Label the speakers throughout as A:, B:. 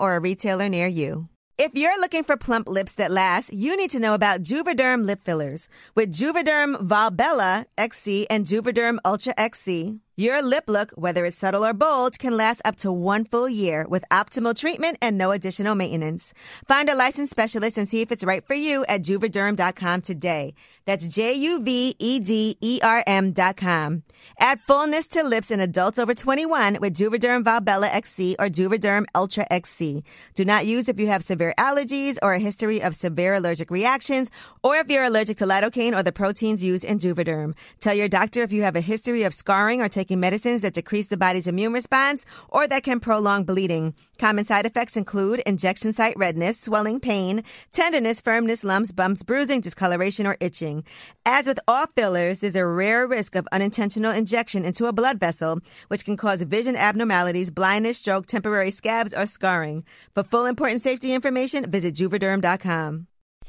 A: or a retailer near you. If you're looking for plump lips that last, you need to know about Juvederm lip fillers. With Juvederm Volbella XC and Juvederm Ultra XC, your lip look, whether it's subtle or bold, can last up to one full year with optimal treatment and no additional maintenance. Find a licensed specialist and see if it's right for you at juvederm.com today. That's J U V E D E R M.com. Add fullness to lips in adults over 21 with Juvederm Valbella XC or Juvederm Ultra XC. Do not use if you have severe allergies or a history of severe allergic reactions or if you're allergic to lidocaine or the proteins used in Juvederm. Tell your doctor if you have a history of scarring or taking medicines that decrease the body's immune response or that can prolong bleeding. Common side effects include injection site redness, swelling, pain, tenderness, firmness, lumps, bumps, bruising, discoloration, or itching. As with all fillers, there's a rare risk of unintentional injection into a blood vessel, which can cause vision abnormalities, blindness, stroke, temporary scabs, or scarring. For full important safety information, visit juvederm.com.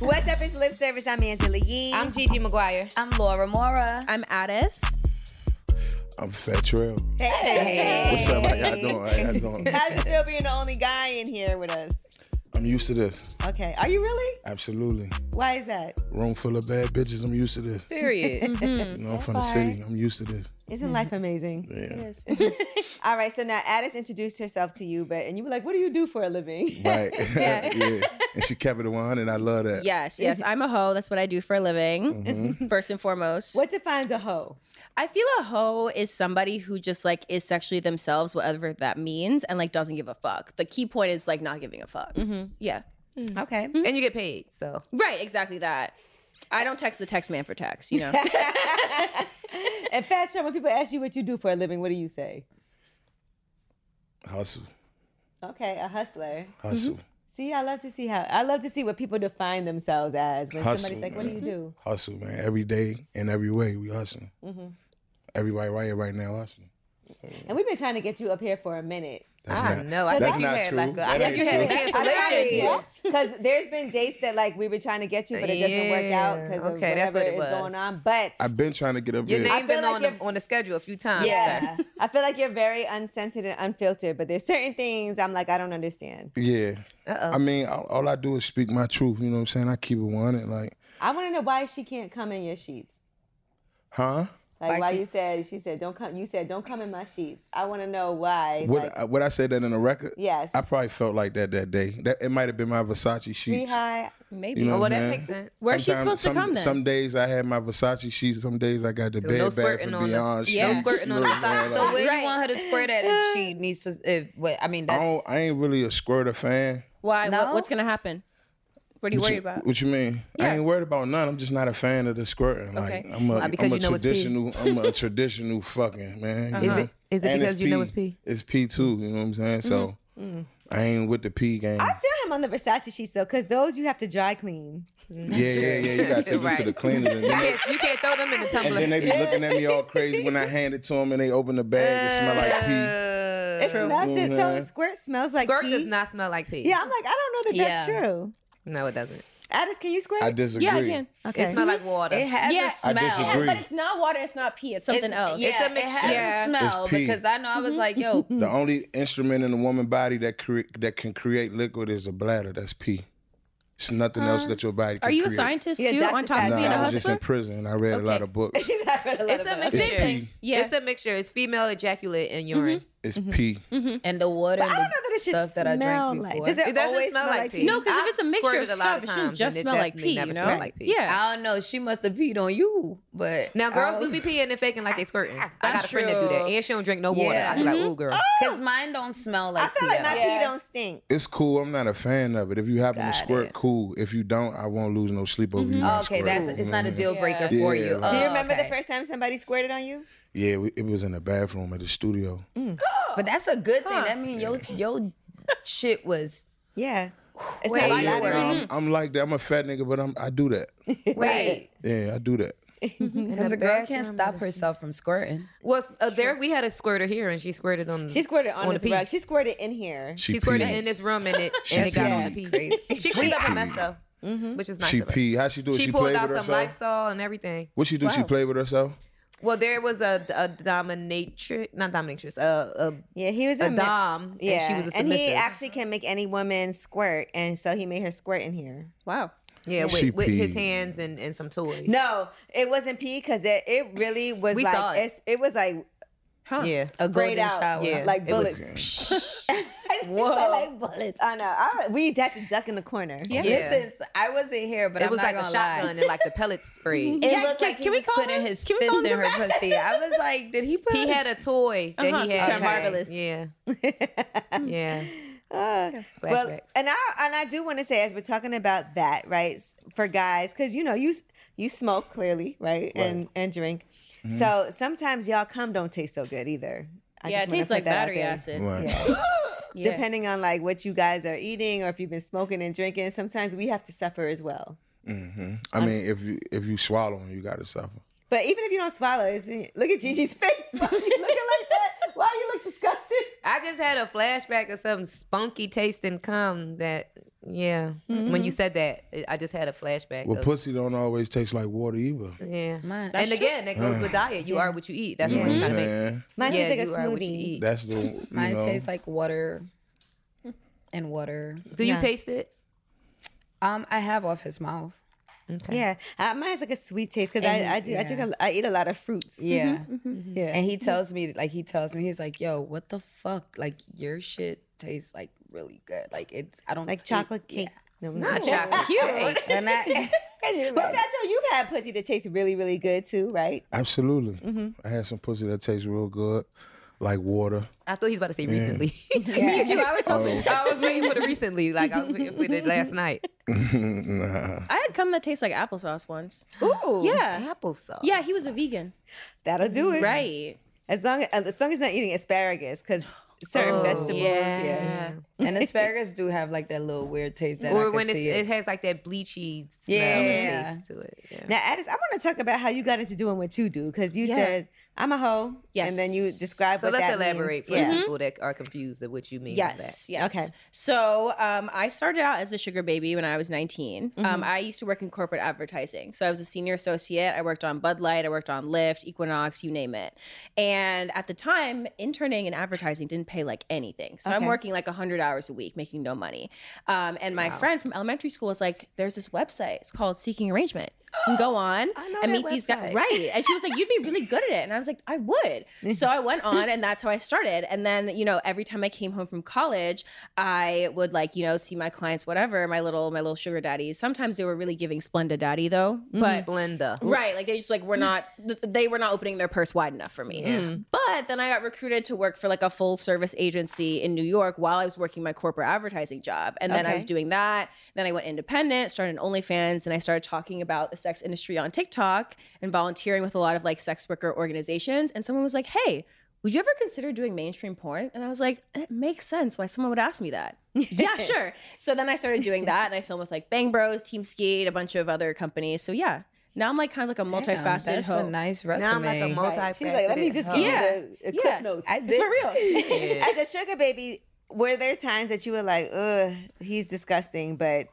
A: What's up? It's Lip Service. I'm Angela Yee.
B: I'm Gigi McGuire.
C: I'm Laura Mora.
D: I'm Addis.
E: I'm Fat Trail.
A: Hey.
E: What's up? How y'all doing? How y'all doing?
A: How's it feel being the only guy in here with us?
E: I'm used to this.
A: Okay. Are you really?
E: Absolutely.
A: Why is that?
E: Room full of bad bitches. I'm used to this.
B: Period. Mm-hmm.
E: You know, I'm from the city. I'm used to this.
A: Isn't life amazing?
E: Yeah.
A: All right. So now Addis introduced herself to you, but and you were like, "What do you do for a living?"
E: Right. yeah. And she kept it 100. I love that.
D: Yes, yes, I'm a hoe. That's what I do for a living, first and foremost.
A: What defines a hoe?
D: I feel a hoe is somebody who just like is sexually themselves, whatever that means, and like doesn't give a fuck. The key point is like not giving a fuck.
C: Mm-hmm.
E: Mm-hmm.
D: Yeah.
B: Mm.
D: Mm-hmm.
A: Okay.
B: And you get paid, so.
D: Right, exactly that. I don't text the text man for text, you know.
A: and Fat Trail, when people ask you what you do for a living, what do you say?
E: Hustle.
A: Okay, a hustler.
E: Hustle.
B: Mm-hmm.
A: See, I love to see how I love to see what people define themselves as. When
E: Hustle,
A: somebody's like, "What do you
E: man.
A: do?" Mm.
E: Hustle, man. Every day and every way, we hustling. Everybody right here, right now, hustling.
A: And we've been trying to get you up here for a minute.
E: That's
B: I
E: not,
B: know. Ah, I
E: that's
B: think you
E: not
B: had
E: true.
B: like a- I
E: That ain't
B: think you
E: true.
B: had a cancellation.
A: Because there's been dates that like we were trying to get you, but it doesn't work out
B: Yeah,
A: because
B: okay,
A: of
B: that's
A: whatever
B: what
A: is
B: it was.
A: going on. But
E: I've been trying to get up
B: Your
E: here.
B: name been
A: like
B: on, the,
A: you're-
B: on the schedule a few times.
A: yeah, I feel like you're very uncensored and unfiltered. But there's certain things I'm like I don't understand.
E: Yeah. I mean, all, all I do is speak my truth. You know what I'm saying? I keep it 100. Like,
A: I want to know why she can't come in your sheets.
E: huh?
A: Like
B: Like
A: why
B: you-
A: you said she said don't come. You said don't come in my sheets. I want to know why.
E: Would,
A: like,
E: I, would uh, I say that in a record?
A: yes,
E: I probably felt like that that day. That It might have been my Versace
A: three
E: sheets.
A: high.
B: Maybe.
E: You know
B: oh,
E: what
B: well,
E: I'm saying?
B: that makes sense.
D: Where's she
E: Sometimes-
D: supposed to
E: some,
D: come then?
E: Some days I had my Versace sheets. Some days I got the
B: So
E: Bed
B: no
E: Bath
B: squirting
E: and
B: on
E: Beyond
B: the,
E: sheets.
B: yeah,
E: You
B: no squirting on
E: know
B: the
E: what I'm
B: side.
E: saying?
B: So
E: Like,
B: where you want her to squirt at if she needs to? If what I mean,
E: I,
B: that's
A: Oh.
E: don't, I ain't really a squirter fan.
D: Why? What,
B: No?
D: what's gonna happen? What are you
E: What
D: worried
E: you,
D: about?
E: What you mean? I ain't worried about none. I'm just not a fan of the squirting. Like
D: Okay.
E: I'm a,
B: Uh, because
E: am a
B: you know it's pee.
E: traditional. I'm a traditional fucking man. you know?
B: it- is it
E: And
B: because you know it's Mm-hmm. pee?
E: It's P too. You know what I'm saying? So
A: Mm-hmm.
E: I ain't with the P game.
B: Ah,
A: I feel him on the Versace sheets though, because those you have to dry clean.
E: yeah, yeah, yeah. You gotta take it to
B: Right.
E: the cleaners. And then,
B: you,
E: they,
B: can't, you can't throw them in the
E: and then
B: tumbler.
E: they be looking at me all crazy when I hand it to them and they open the bag. It smell like pee.
A: It smells it. So
E: Mhm.
A: squirt smells like
B: Uh, Squirt
A: pee.
B: does not smell like pee.
A: Yeah, I'm like, I don't know that that's
B: Yeah.
A: true.
B: No, it doesn't.
A: Addis, can you squirt?
E: I disagree.
D: Yeah, I can.
A: okay.
B: It smells like water. It has
D: Yeah.
E: I
D: Yeah,
E: disagree.
D: but it's not water. It's not pee. It's something else.
B: Yeah,
C: It's a mixture.
B: It has
D: Yeah.
B: a smell
E: It's pee.
B: because I know I
D: Mm-hmm.
B: was like, yo,
E: The only instrument in the woman body that cre- that can create liquid is a bladder. That's pee. It's nothing else that your body. Can
D: Are you a
E: create.
D: scientist
A: Yeah,
D: too?
A: Dr.
D: On top of
E: Nah,
D: being a
E: I was just in
D: hustler?
E: prison and I read a lot of books.
B: it's a
E: It's
B: mixture. Mm-hmm.
E: pee.
D: Yeah.
B: It's a mixture. It's female ejaculate and urine.
E: It's pee.
C: and the water.
A: Mm-hmm.
C: and the
A: I don't know that it should
C: stuff that I drank
A: smell like.
C: before.
A: Does it,
B: It doesn't
A: always
B: smell like pee.
D: No, because
B: I've
D: if it's a mixture of
B: squirted a lot
D: stuff,
B: of
D: it shouldn't
B: times,
D: just
B: and it
D: smell like
B: definitely
D: pee.
B: never
D: You know?
B: smelled like pee.
D: Yeah.
C: I don't know. She must have peed on you, but
B: Now girls do be peeing and faking like they squirting. I got a friend that do that,
D: true.
B: and she don't drink no water.
C: Yeah.
B: I be like, ooh, girl.
C: because mine don't smell
A: Oh. I
C: like
A: feel
C: pee.
A: like
C: at
A: my
C: all.
A: pee don't stink.
E: It's cool. I'm not a fan of it. If you happen to squirt, cool. If you don't, I won't lose no sleep over
A: Mm-hmm.
E: you. not
C: Okay, that's
E: squirting.
C: it's not a
E: Mhm.
C: deal breaker for
E: Yeah,
C: you.
E: like-
A: Do you
C: Oh,
A: remember
C: okay.
A: the first time somebody squirted on you?
E: Yeah, we, it was in the bathroom at the studio.
D: Mm.
C: But that's a good thing. That means your your shit was
A: Yeah. It's
C: Wait,
A: not
E: Yeah,
A: like
C: Flattery.
E: nah, I'm, I'm like that. I'm a fat nigga, but I'm I do that.
C: wait
E: Yeah, I do that.
C: because a girl can't stop herself from squirting.
B: Well, uh, there we had a squirter here, and she squirted on.
A: She squirted on,
B: On
A: this
B: the pee.
A: rug. She squirted in here.
E: She,
B: She, squirted
E: pee.
B: in this room, and it and it got on the pee. She cleaned up her mess though,
A: Mm-hmm.
B: which is nice.
E: She
B: of her.
E: pee. How she do it?
B: She,
E: She,
B: pulled
E: played
B: out
E: with
B: some
E: herself.
B: Lysol and everything.
E: What she do? She played with herself.
B: Well, there was a, a dominatrix, not dominatrix, uh, a,
A: Yeah, he was
B: a, a
A: a ma-
B: dom,
A: Yeah,
B: and she was a submissive.
A: he actually can make any woman squirt, and so he made her squirt in here.
D: Wow.
B: yeah,
E: She
B: with, with his
E: peed.
B: hands and, and some toys.
A: No, it wasn't pee because it, it really was
B: We
A: like
B: saw it.
A: It's, it was like
D: Huh.
B: yeah,
C: A
A: sprayed
C: golden
A: out
C: shower.
B: Yeah.
A: like
B: it was-
A: bullets. Whoa. like bullets. I know. I, we had to duck in the corner.
D: Yeah.
C: Listen, I wasn't here, but
B: it
C: I'm
B: was
C: not
B: like a
C: gonna
B: shotgun
C: lie.
B: and like the pellets sprayed.
C: It
D: Yeah,
C: looked
D: can-
C: like he
D: can we
C: was
D: call
C: putting
D: him?
C: his
D: Can we
C: fist
D: call him
C: in her
D: back?
C: pussy. I was like, did he put?
B: he
C: his- Uh-huh.
B: had a toy that
A: Uh-huh.
B: he had.
D: Survivalist.
B: Yeah, yeah.
A: Uh, well,
B: Flashbacks.
A: and I and I do want to say as we're talking about that, right, s- for guys, because you know you s- you smoke clearly, right, and and drink.
B: Mm-hmm.
A: So sometimes y'all cum don't taste so good either. I
D: Yeah, it
A: just wanna
D: tastes
A: put
D: like
A: that out
D: battery
A: there.
D: acid.
E: Right.
D: Yeah.
A: Depending on like what you guys are eating or if you've been smoking and drinking, sometimes we have to suffer as well.
E: hmm I mean, if you if you swallowing, you gotta suffer.
A: But even if you don't swallow, it's, eh, look at Gigi's face. Why are you looking like that? Why you look disgusted?
B: I just had a flashback of some spunky tasting cum that, yeah.
A: Mm-hmm.
B: When you said that, it- I just had a flashback.
E: Well,
B: of,
E: pussy don't always taste like water either.
B: yeah.
C: Mine.
B: And again, that goes with diet. You are what you eat. That's
E: Mm-hmm.
B: what I'm trying to make.
E: Man,
A: Mine
B: yeah,
A: tastes
B: you
A: like a
B: are what you
A: smoothie.
B: eat.
E: that's the you
C: Mine
E: know,
C: tastes like water and water.
B: Do you taste it?
C: Um, I have off his mouth.
A: Yeah, uh, mine has like a sweet taste because I, I do I drink a, I eat a lot of fruits.
B: Mm-hmm.
A: Mm-hmm.
C: Yeah.
A: Yeah.
C: And he tells me, like, he tells me, he's like, yo, what the fuck? Like, your shit tastes like really good. Like, it's, I don't
A: like
C: taste-
A: chocolate cake. No,
B: Not chocolate cake.
C: Yeah. And I,
A: But Nacho, you've had pussy that tastes really, really good too, right?
E: absolutely.
B: Mm-hmm.
E: I had some pussy that tastes real good, like water.
B: I thought he was about to say recently.
D: Me too. I was hoping.
B: I was waiting for the recently. Like I was waiting for it last night.
E: nah.
D: I had cum that tastes like applesauce once.
A: Ooh,
D: Yeah.
B: Applesauce.
D: Yeah, he was a vegan.
A: that'll do it.
D: Right.
A: As long as, as long as not eating asparagus, because certain vegetables, yeah.
C: and asparagus do have, like, that little weird taste that I
B: Or
C: could
B: when it's,
C: see
B: it.
C: it.
B: has like that bleachy smell
C: Yeah.
B: and taste to it. Yeah.
A: Now, Addis, I want to talk about how you got into doing what you do because you said I'm a hoe, and then you
D: Yes.
A: describe
B: So
A: what
B: let's
A: that means.
B: elaborate for
A: Yeah.
B: people that are confused of what you mean. by
D: Yes. Yes.
A: Okay.
D: Okay. So um, I started out as a sugar baby when I was 19. Um, I used to work in corporate advertising. So I was a senior associate. I worked on Bud Light, I worked on Lyft, Equinox, you name it. And at the time, interning in advertising didn't pay like anything. So I'm working like 100 hours a week, making no money. Um, and my friend from elementary school was like, there's this website. It's called Seeking Arrangement. You can go on and meet these guys. Right. And she was like, you'd be really good at it. And I was like, I would. So I went on and that's how I started. And then, you know, every time I came home from college, I would like, you know, see my clients, whatever, my little, my little sugar daddies. Sometimes they were really giving Splenda daddy though,
B: that.
D: but
B: Blender.
D: Right. Like they just like were not th- they were not opening their purse wide enough for me. But then I got recruited to work for like a full service agency in New York while I was working my corporate advertising job. And then I was doing that. Then I went independent, started an OnlyFans, and I started talking about the sex industry on TikTok and volunteering with a lot of like sex worker organizations. And someone was like, Hey, would you ever consider doing mainstream porn? And I was like, it makes sense why someone would ask me that. yeah, sure. So then I started doing that and I filmed with like Bang Bros, Team Skate, a bunch of other companies. So yeah, Now I'm like kind of like a
C: Damn,
D: multifaceted
C: That's a
D: hoe.
C: nice resume.
B: Now I'm like a multi.
F: She's like, let me just give
D: Yeah.
F: you the, the cliff notes.
C: I did.
F: For real.
B: Yeah.
A: As a sugar baby, were there times that you were like, ugh, he's disgusting, but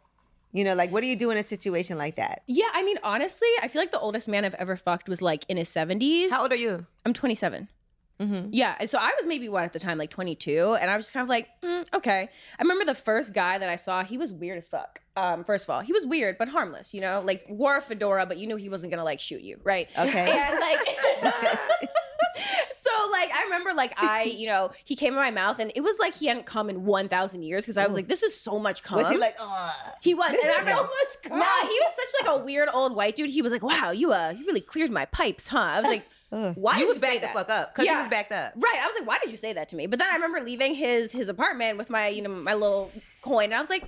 A: you know, like what do you do in a situation like that?
D: Yeah, I mean, honestly, I feel like the oldest man I've ever fucked was like in his 70s.
B: How old are you?
D: I'm 27.
C: Mm-hmm.
D: Yeah, and so I was maybe what at the time like 22, and I was just kind of like, mm, okay. I remember the first guy that I saw, he was weird as fuck. Um, first of all, he was weird but harmless, you know, like wore a fedora, but you knew he wasn't gonna like shoot you, right?
C: Okay.
D: And like. So like I remember like I you know he came in my mouth and it was like he hadn't come in one thousand years because I was like this is so much cum.
A: Was he like, oh,
D: He was. and I
A: is so
D: remember- Nah, he was such like a weird old white dude. He was like, "Wow, you uh, you really cleared my pipes, huh?" I was like, "Why
B: You
D: did
B: was
D: you say
B: backed the
D: that?"
B: fuck up because
D: Yeah.
B: he was backed up.
D: Right. I was like, "Why did you say that to me?" But then I remember leaving his his apartment with my you know my little coin. And I was like,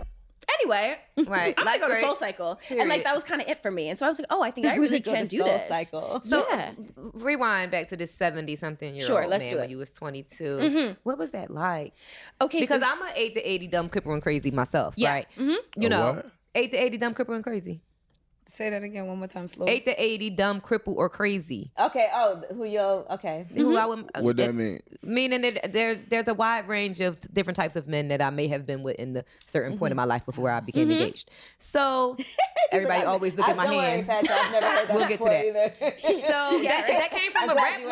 D: "Anyway,
B: Right.
D: I'm gonna
B: Life's
D: go to
B: great.
D: Soul Cycle," and like
B: Period.
D: that was kind of it for me. And so I was like, "Oh, I think I really
C: Go to
D: can do
C: Soul
D: this."
C: Cycle.
B: So
D: Yeah.
B: rewind back to this seventy something year
D: Sure,
B: old
D: let's
B: man
D: do it.
B: when you was twenty
C: Mm-hmm.
B: What was that like?
D: Okay,
B: Because
D: so
B: I'm an eight to eighty dumb cripple and crazy myself,
D: Yeah.
B: right?
D: Mhm.
B: Mm-hmm. You
E: A
B: know,
E: what?
B: eight to eighty dumb cripple and crazy.
C: Say that again one more time slow.
B: Eight to eighty dumb cripple or crazy.
F: Okay. Oh, who yo? Okay.
B: Who I would,
E: What
B: it-
E: that mean?
B: meaning that there there's a wide range of different types of men that I may have been with in the certain point of
F: Mm-hmm.
B: my life before I became engaged. So everybody always look
F: I,
B: at my
F: don't
B: hand.
F: Worry, Fats, I've never heard that
B: We'll get to
F: before either.
B: So that, that came from
F: I'm
B: a
F: glad
B: rap
F: you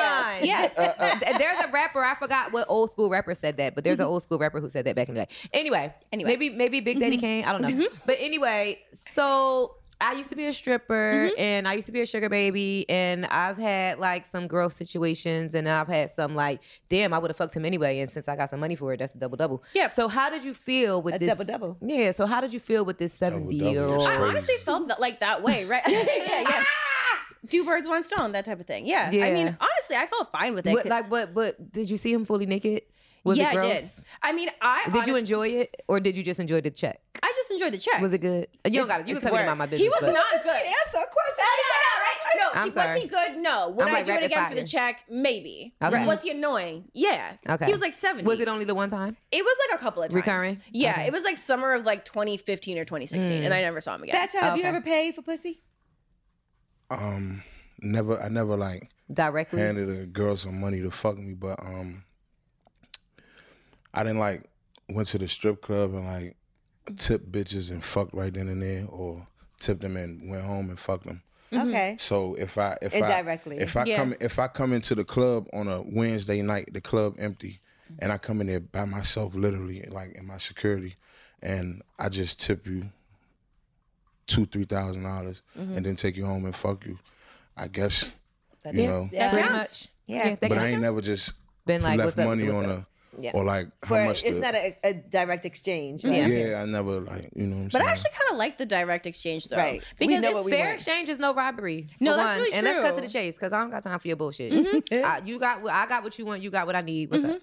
F: asked.
B: line. Yeah. there's a rapper, I forgot what old school rapper said that, but there's an old school rapper who said that back in the day. Anyway,
D: Anyway.
B: maybe maybe Big
F: Mm-hmm.
B: Daddy Kane, I don't know. But anyway, so I used to be a stripper
F: Mm-hmm.
B: and I used to be a sugar baby and I've had like some gross situations and I've had some like, damn, I would have fucked him anyway. And since I got some money for it, that's a double double.
D: Yeah.
B: So how did you feel with
F: A
B: this
F: double-double.
B: Yeah. So how did you feel with this 70 year
E: Double-double.
B: old?
D: I honestly felt that, like that way, right? yeah, yeah. Two birds, one stone, that type of thing. Yeah. I mean,
B: Ah! Yeah.
D: honestly, I felt fine with it.
B: What,
D: 'cause-
B: like what but did you see him fully naked? Was
D: yeah,
B: it
D: I
B: gross?
D: did. I mean, I
B: Did you
D: honest-
B: enjoy it, or did you just enjoy the check?
D: I just enjoyed the check.
B: Was it good? You don't got it. You can tell me about my business.
D: He was
B: but-
D: not good.
C: answer a question.
D: No,
B: I'm
D: he,
B: sorry.
D: was he good? No. Would
B: I'm
D: I
B: like
D: do it
B: rapid
D: again for
B: fire.
D: the check? Maybe.
B: Okay.
D: Was he annoying? Yeah.
B: Okay.
D: He was like seventy.
B: Was it only the one time?
D: It was like a couple of times.
B: Recurring? Hmm.
D: Yeah. It was like summer of like 2015 or 2016, and I never saw him again.
F: Fat Child, have you
B: Mm. Okay.
F: ever paid for pussy?
E: Um, never. I never like
B: Directly.
E: handed a girl some money to fuck me, but um, I didn't like went to the strip club and like tipped bitches and fucked right then and there, or tipped them and went home and fucked them.
B: Mm-hmm. Hmm.
F: Okay.
E: So if I if
F: Indirectly.
E: I, if I
D: Yeah.
E: come if I come into the club on a Wednesday night, the club empty, and I come in there by myself, literally like in my security, and I just tip you two three thousand dollars, and then take you home and fuck you. I guess you know,
B: yeah. Pretty
D: counts.
B: much. Yeah.
F: Yeah.
B: that
E: but I
B: counts.
E: ain't never just
B: Been like,
E: left
B: what's up?
E: money
B: what's
E: on
B: up?
E: a or like
F: For,
E: how much.
F: it's
E: the-
F: not a, a direct exchange. Like,
E: yeah, I never like you know. What I'm
D: But I
E: saying?
D: actually kind of like the direct exchange though,
F: Right. We
D: Because
F: know
D: it's
F: what we
D: fair.
B: Fair
F: want.
B: exchange is no robbery. for
D: No, that's
B: one.
D: really
B: And let's cut to
D: true. Mm-hmm.
B: the chase because I don't got time for your bullshit. I, you got what I got what you want. You got what I need. What's up?
D: I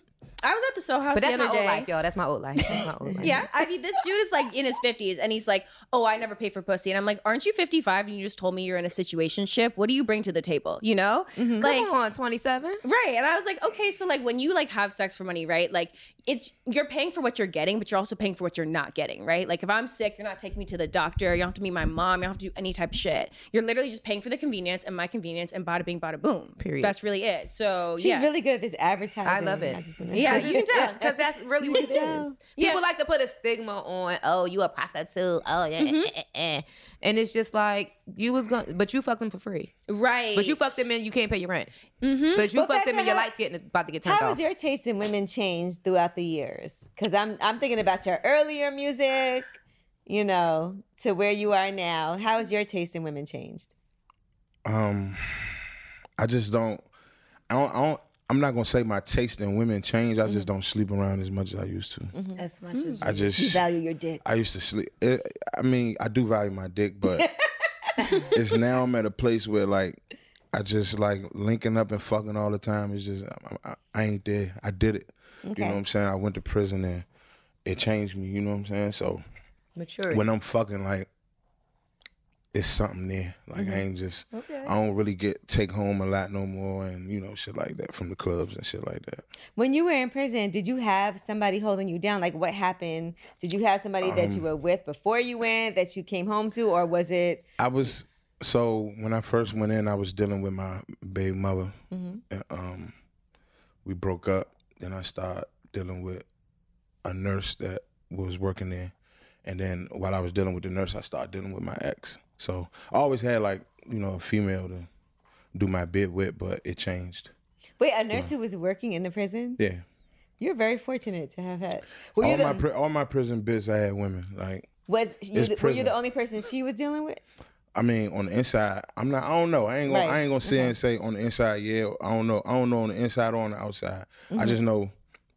D: Mm-hmm. was at the Soho House
B: But that's
D: the
B: my
D: other
B: old
D: day.
B: life, y'all. That's my old life. That's my old life.
D: Yeah, I mean, this dude is like in his 50s and he's like, Oh, I never pay for pussy. And I'm like, Aren't you 55 and you just told me you're in a situation ship? What do you bring to the table? You know? Like,
B: Come on, 27.
D: Right. And I was like, okay, so like when you like have sex for money, right? Like it's you're paying for what you're getting, but you're also paying for what you're not getting, right? Like if I'm sick, you're not taking me to the doctor, you don't have to meet my mom, you don't have to do any type of shit. You're literally just paying for the convenience and my convenience and bada bing bada boom.
B: Period.
D: That's really it. So
F: She's
D: yeah.
F: really good at this advertising.
B: I love it.
F: just wanna-
D: yeah, you can tell.
B: because that's really what it is. People like to put a stigma on, oh, you a prostitute, oh yeah,
F: Mm-hmm.
B: eh, eh, eh, eh. and it's just like you was going, but you fucked them for free,
D: Right.
B: but you fucked them and you can't pay your rent, but you
F: But
B: fucked them and
F: Fatra,
B: your lights getting about to get turned
A: How
B: off.
A: has your taste in women changed throughout the years? Because I'm I'm thinking about your earlier music, you know, to where you are now. How has your taste in women changed?
E: Um, I just don't. I don't. I don't I'm not gonna say my taste in women changed. I just don't sleep around as much as I used to.
C: As much
B: Mm-hmm.
C: as
E: I just
F: Value your dick.
E: I used to sleep. It, I mean, I do value my dick, but it's now I'm at a place where like I just like linking up and fucking all the time. It's just I, I, I ain't there. I did it. You know what I'm saying? I went to prison and it changed me. You know what I'm saying? So
B: Maturity.
E: when I'm fucking like it's something there. Like I ain't just I don't really get take home a lot no more and you know, shit like that from the clubs and shit like that.
A: When you were in prison, did you have somebody holding you down? Like what happened?
E: Um,
A: Did you have somebody that you were with before you went that you came home to, or was it
E: I was So when I first went in, I was dealing with my baby mother.
B: Mm-hmm.
C: Mm-hmm.
E: And, um, we broke up. Then I started dealing with a nurse that was working there. And then while I was dealing with the nurse, I started dealing with my ex. So I always had like you know a female to do my bit with, but it changed.
F: Wait, a nurse who was working in the prison?
E: Yeah.
F: You're very fortunate to have had. Were you
E: All my
F: the,
E: pri- all my prison bits, I had women. Like
F: was you
E: it's
F: the, were you
E: prison.
F: the only person she was dealing with?
E: I mean, on the inside, I'm not. I don't know. I ain't gonna.
F: Right.
E: I ain't gonna sit and say on the inside. Yeah, I don't know. I don't know on the inside or on the outside.
F: Mm-hmm.
E: I just know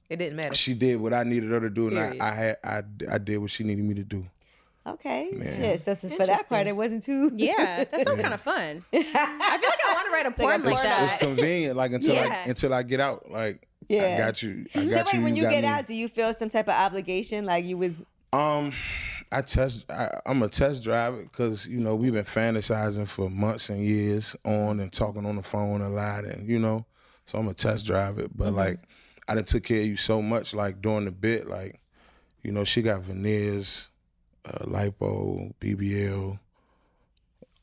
B: It didn't matter.
E: she did what I needed her to do, and I,
B: Period.
E: I had I, I did what she needed me to do.
F: Okay. Shit. So, so for that part, it wasn't too.
D: Yeah, that sounds kind of fun. I feel like I want to write a porn like,
E: It's,
D: that.
E: it's convenient. Like until
D: Yeah.
E: I until I get out. Like
F: Yeah.
E: I got you. I got
F: So wait,
E: you,
F: when you
E: got
F: get
E: me.
F: out, do you feel some type of obligation? Like you was
E: Um, I test. I, I'm a test drive because you know we've been fantasizing for months and years on and talking on the phone a lot, and you know, so I'm a test drive it. But like, I done took care of you so much, like during the bit, like, you know, she got veneers, uh, lipo, BBL,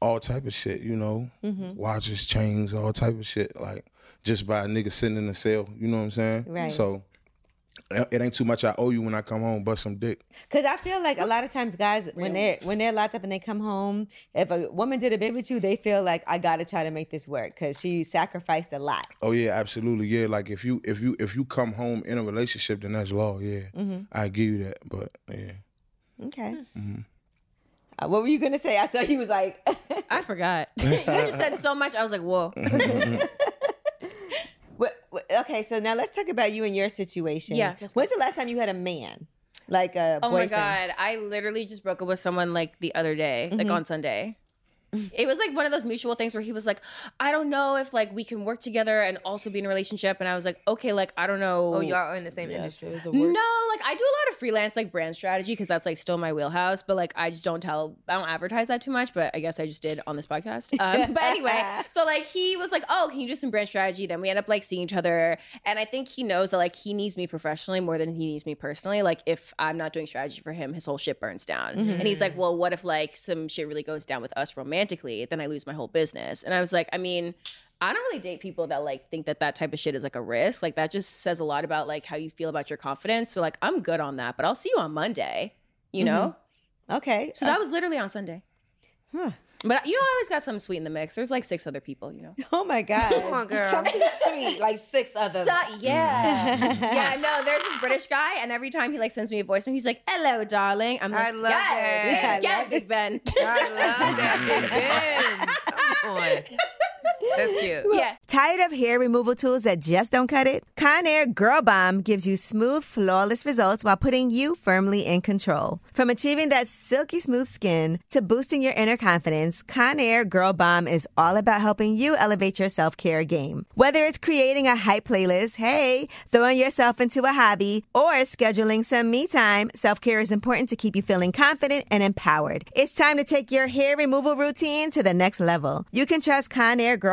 E: all type of shit. You know, watches, chains, all type of shit. Like just by a nigga sitting in the cell. You know what I'm saying?
F: Right.
E: So. It it ain't too much I owe you when I come home, bust some dick.
F: Cause I feel like a lot of times guys, when they're when they're locked up and they come home, if a woman did a bit with you, they feel like I gotta try to make this work because she sacrificed a lot.
E: Oh yeah, absolutely. Yeah, like if you if you if you come home in a relationship, then that's law. Yeah,
D: Mm-hmm.
E: I give you that. But yeah, mm-hmm.
F: Okay.
D: Hmm.
F: Uh, what were you gonna say? I saw you was like,
D: I forgot. you just said so much. I was like, whoa.
F: what, what- okay. So now let's talk about you and your situation.
D: Yeah, let's go.
F: When's the last time you had a man, like a
D: Oh my
F: boyfriend?
D: god, I literally just broke up with someone like the other day, like
B: Mm-hmm.
D: on Sunday. It was like one of those mutual things where he was like, I don't know if like we can work together and also be in a relationship. And I was like, okay, like I don't know.
B: Oh, y'all are in the same industry.
D: No, like I do a lot of freelance like brand strategy because that's like still my wheelhouse. But like I just don't tell, I don't advertise that too much. But I guess I just did on this podcast. Um, but anyway, so like he was like, oh, can you do some brand strategy? Then we end up like seeing each other, and I think he knows that like he needs me professionally more than he needs me personally. Like if I'm not doing strategy for him, his whole shit burns down. And he's like, well, what if like some shit really goes down with us romantically? Then I lose my whole business. And I was like, I mean. I don't really date people that like think that that type of shit is like a risk. Like that just says a lot about like how you feel about your confidence. So like I'm good on that, but I'll see you on Monday. You know?
F: Okay.
D: Mm-hmm. So that was literally on Sunday. But you know, I always got something sweet in the mix. There's like six other people, you know.
F: Oh my god.
C: Something sweet, like six other.
D: So- yeah, yeah. No, there's this British guy, and every time he like sends me a voicemail, he's like, "Hello, darling." I'm like,
B: I love
D: yes,
B: that.
D: Yeah,
F: I love
D: Big Ben.
B: I love that. Big Ben. Come on. That's cute.
D: yeah,
A: Tired of hair removal tools that just don't cut it? Conair Girl Bomb gives you smooth, flawless results while putting you firmly in control. From achieving that silky smooth skin to boosting your inner confidence, Conair Girl Bomb is all about helping you elevate your self care game. Whether it's creating a hype playlist, hey, throwing yourself into a hobby, or scheduling some me time, self care is important to keep you feeling confident and empowered. It's time to take your hair removal routine to the next level. You can trust Conair Girl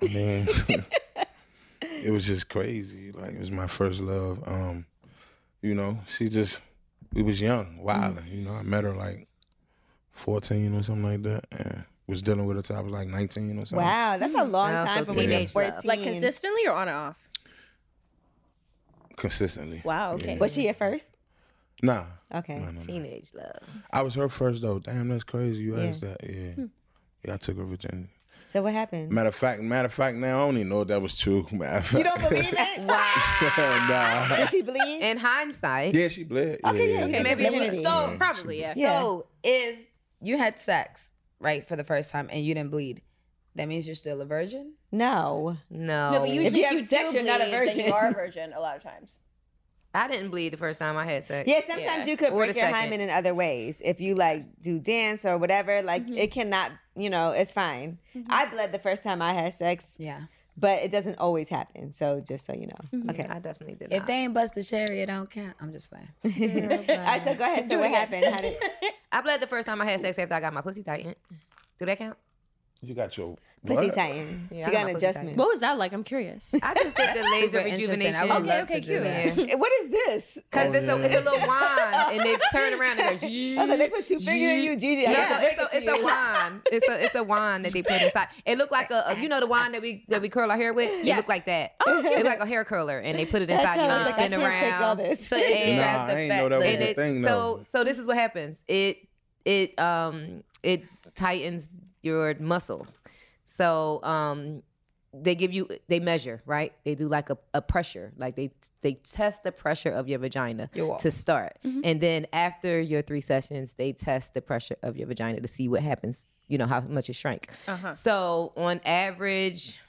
E: I mean, it was just crazy. Like it was my first love. Um, you know, she just we was young, wild. You know, I met her like fourteen or something like that, and was dealing with her till I was like nineteen or something.
F: Wow, Oh, that's a long
B: Wow,
F: time
B: Mm-hmm. so
F: from when you're
B: teenage love.
F: 14.
D: like consistently or on and off?
E: Consistently.
D: Wow. Okay.
F: Was she at first?
E: Nah.
F: Okay.
E: Nah, nah, nah.
B: Teenage love.
E: I was her first though. Damn, that's crazy. You asked that. Yeah. Yeah, I took her virginity.
F: So what happened?
E: Matter of fact, matter of fact, now I don't even know if that was true. Matter of
F: You
E: fact.
F: don't believe it?
E: nah.
F: Did she believe?
B: In hindsight,
E: Yeah, she bled.
F: Okay, yeah, okay.
B: maybe she was so.
D: So probably yeah.
F: Yeah.
C: So if you had sex right for the first time and you didn't bleed, that means you're still a virgin.
F: No.
B: No.
D: No, but usually if you,
F: have
D: do
F: sex, you're not a
D: bleed, then
F: virgin.
D: You are a virgin a lot of times.
B: I didn't bleed the first time I had sex.
F: Yeah, sometimes
D: Yeah.
F: you could
B: Or the
F: break your
B: second.
F: hymen in other ways. If you like do dance or
B: Mm-hmm.
F: whatever, like it cannot, you know, it's fine. I bled the first time I had sex.
C: Yeah.
A: but it doesn't always happen. So just so you know. Okay.
B: I definitely did.
C: If they ain't bust the cherry, it don't count. I'm just playing.
A: All right, so go ahead. So what happened? How did
B: I bled the first time I had sex after I got my pussy tightened. Do that count?
E: You got your
A: pussy
E: what?
A: tighten?
B: Yeah,
A: she
B: I
A: got
B: got
A: an
B: pussy
A: adjustment.
D: What was that like? I'm curious.
B: I just did the laser
C: Super interesting.
B: rejuvenation.
C: I would love to do that.
B: Yeah.
A: What is this?
B: Cause
E: Oh,
B: it's, a,
E: yeah.
B: it's a little wand, and they turn around and go.
A: I was like, they put two fingers in you, Gigi. I
B: No,
A: got to break
B: it's a,
A: it
B: it's
A: to
B: a
A: you.
B: wand. It's a it's a wand that they put inside. It looked like a, a- you know the wand that we that we curl our hair with. It looked like that.
D: Oh,
B: it's like a hair curler, and they put it inside
A: Oh, That's
B: you
A: why I
B: and
A: was
B: you
A: like, I
B: spin
A: can't take all
B: around.
A: this.
C: So it
B: And-
E: Nah,
C: describes
E: I
C: the
E: ain't
C: fact
E: know that was
B: And
E: a
C: that
B: it,
E: thing,
B: so
E: though.
B: so this is what happens. It it um it tightens your muscle. So um they give you they measure right they do like a, a pressure like they they test the pressure of your vagina to start
A: Mm-hmm.
B: and then after your three sessions they test the pressure of your vagina to see what happens you know how much it shrank
D: Uh-huh.
B: so on average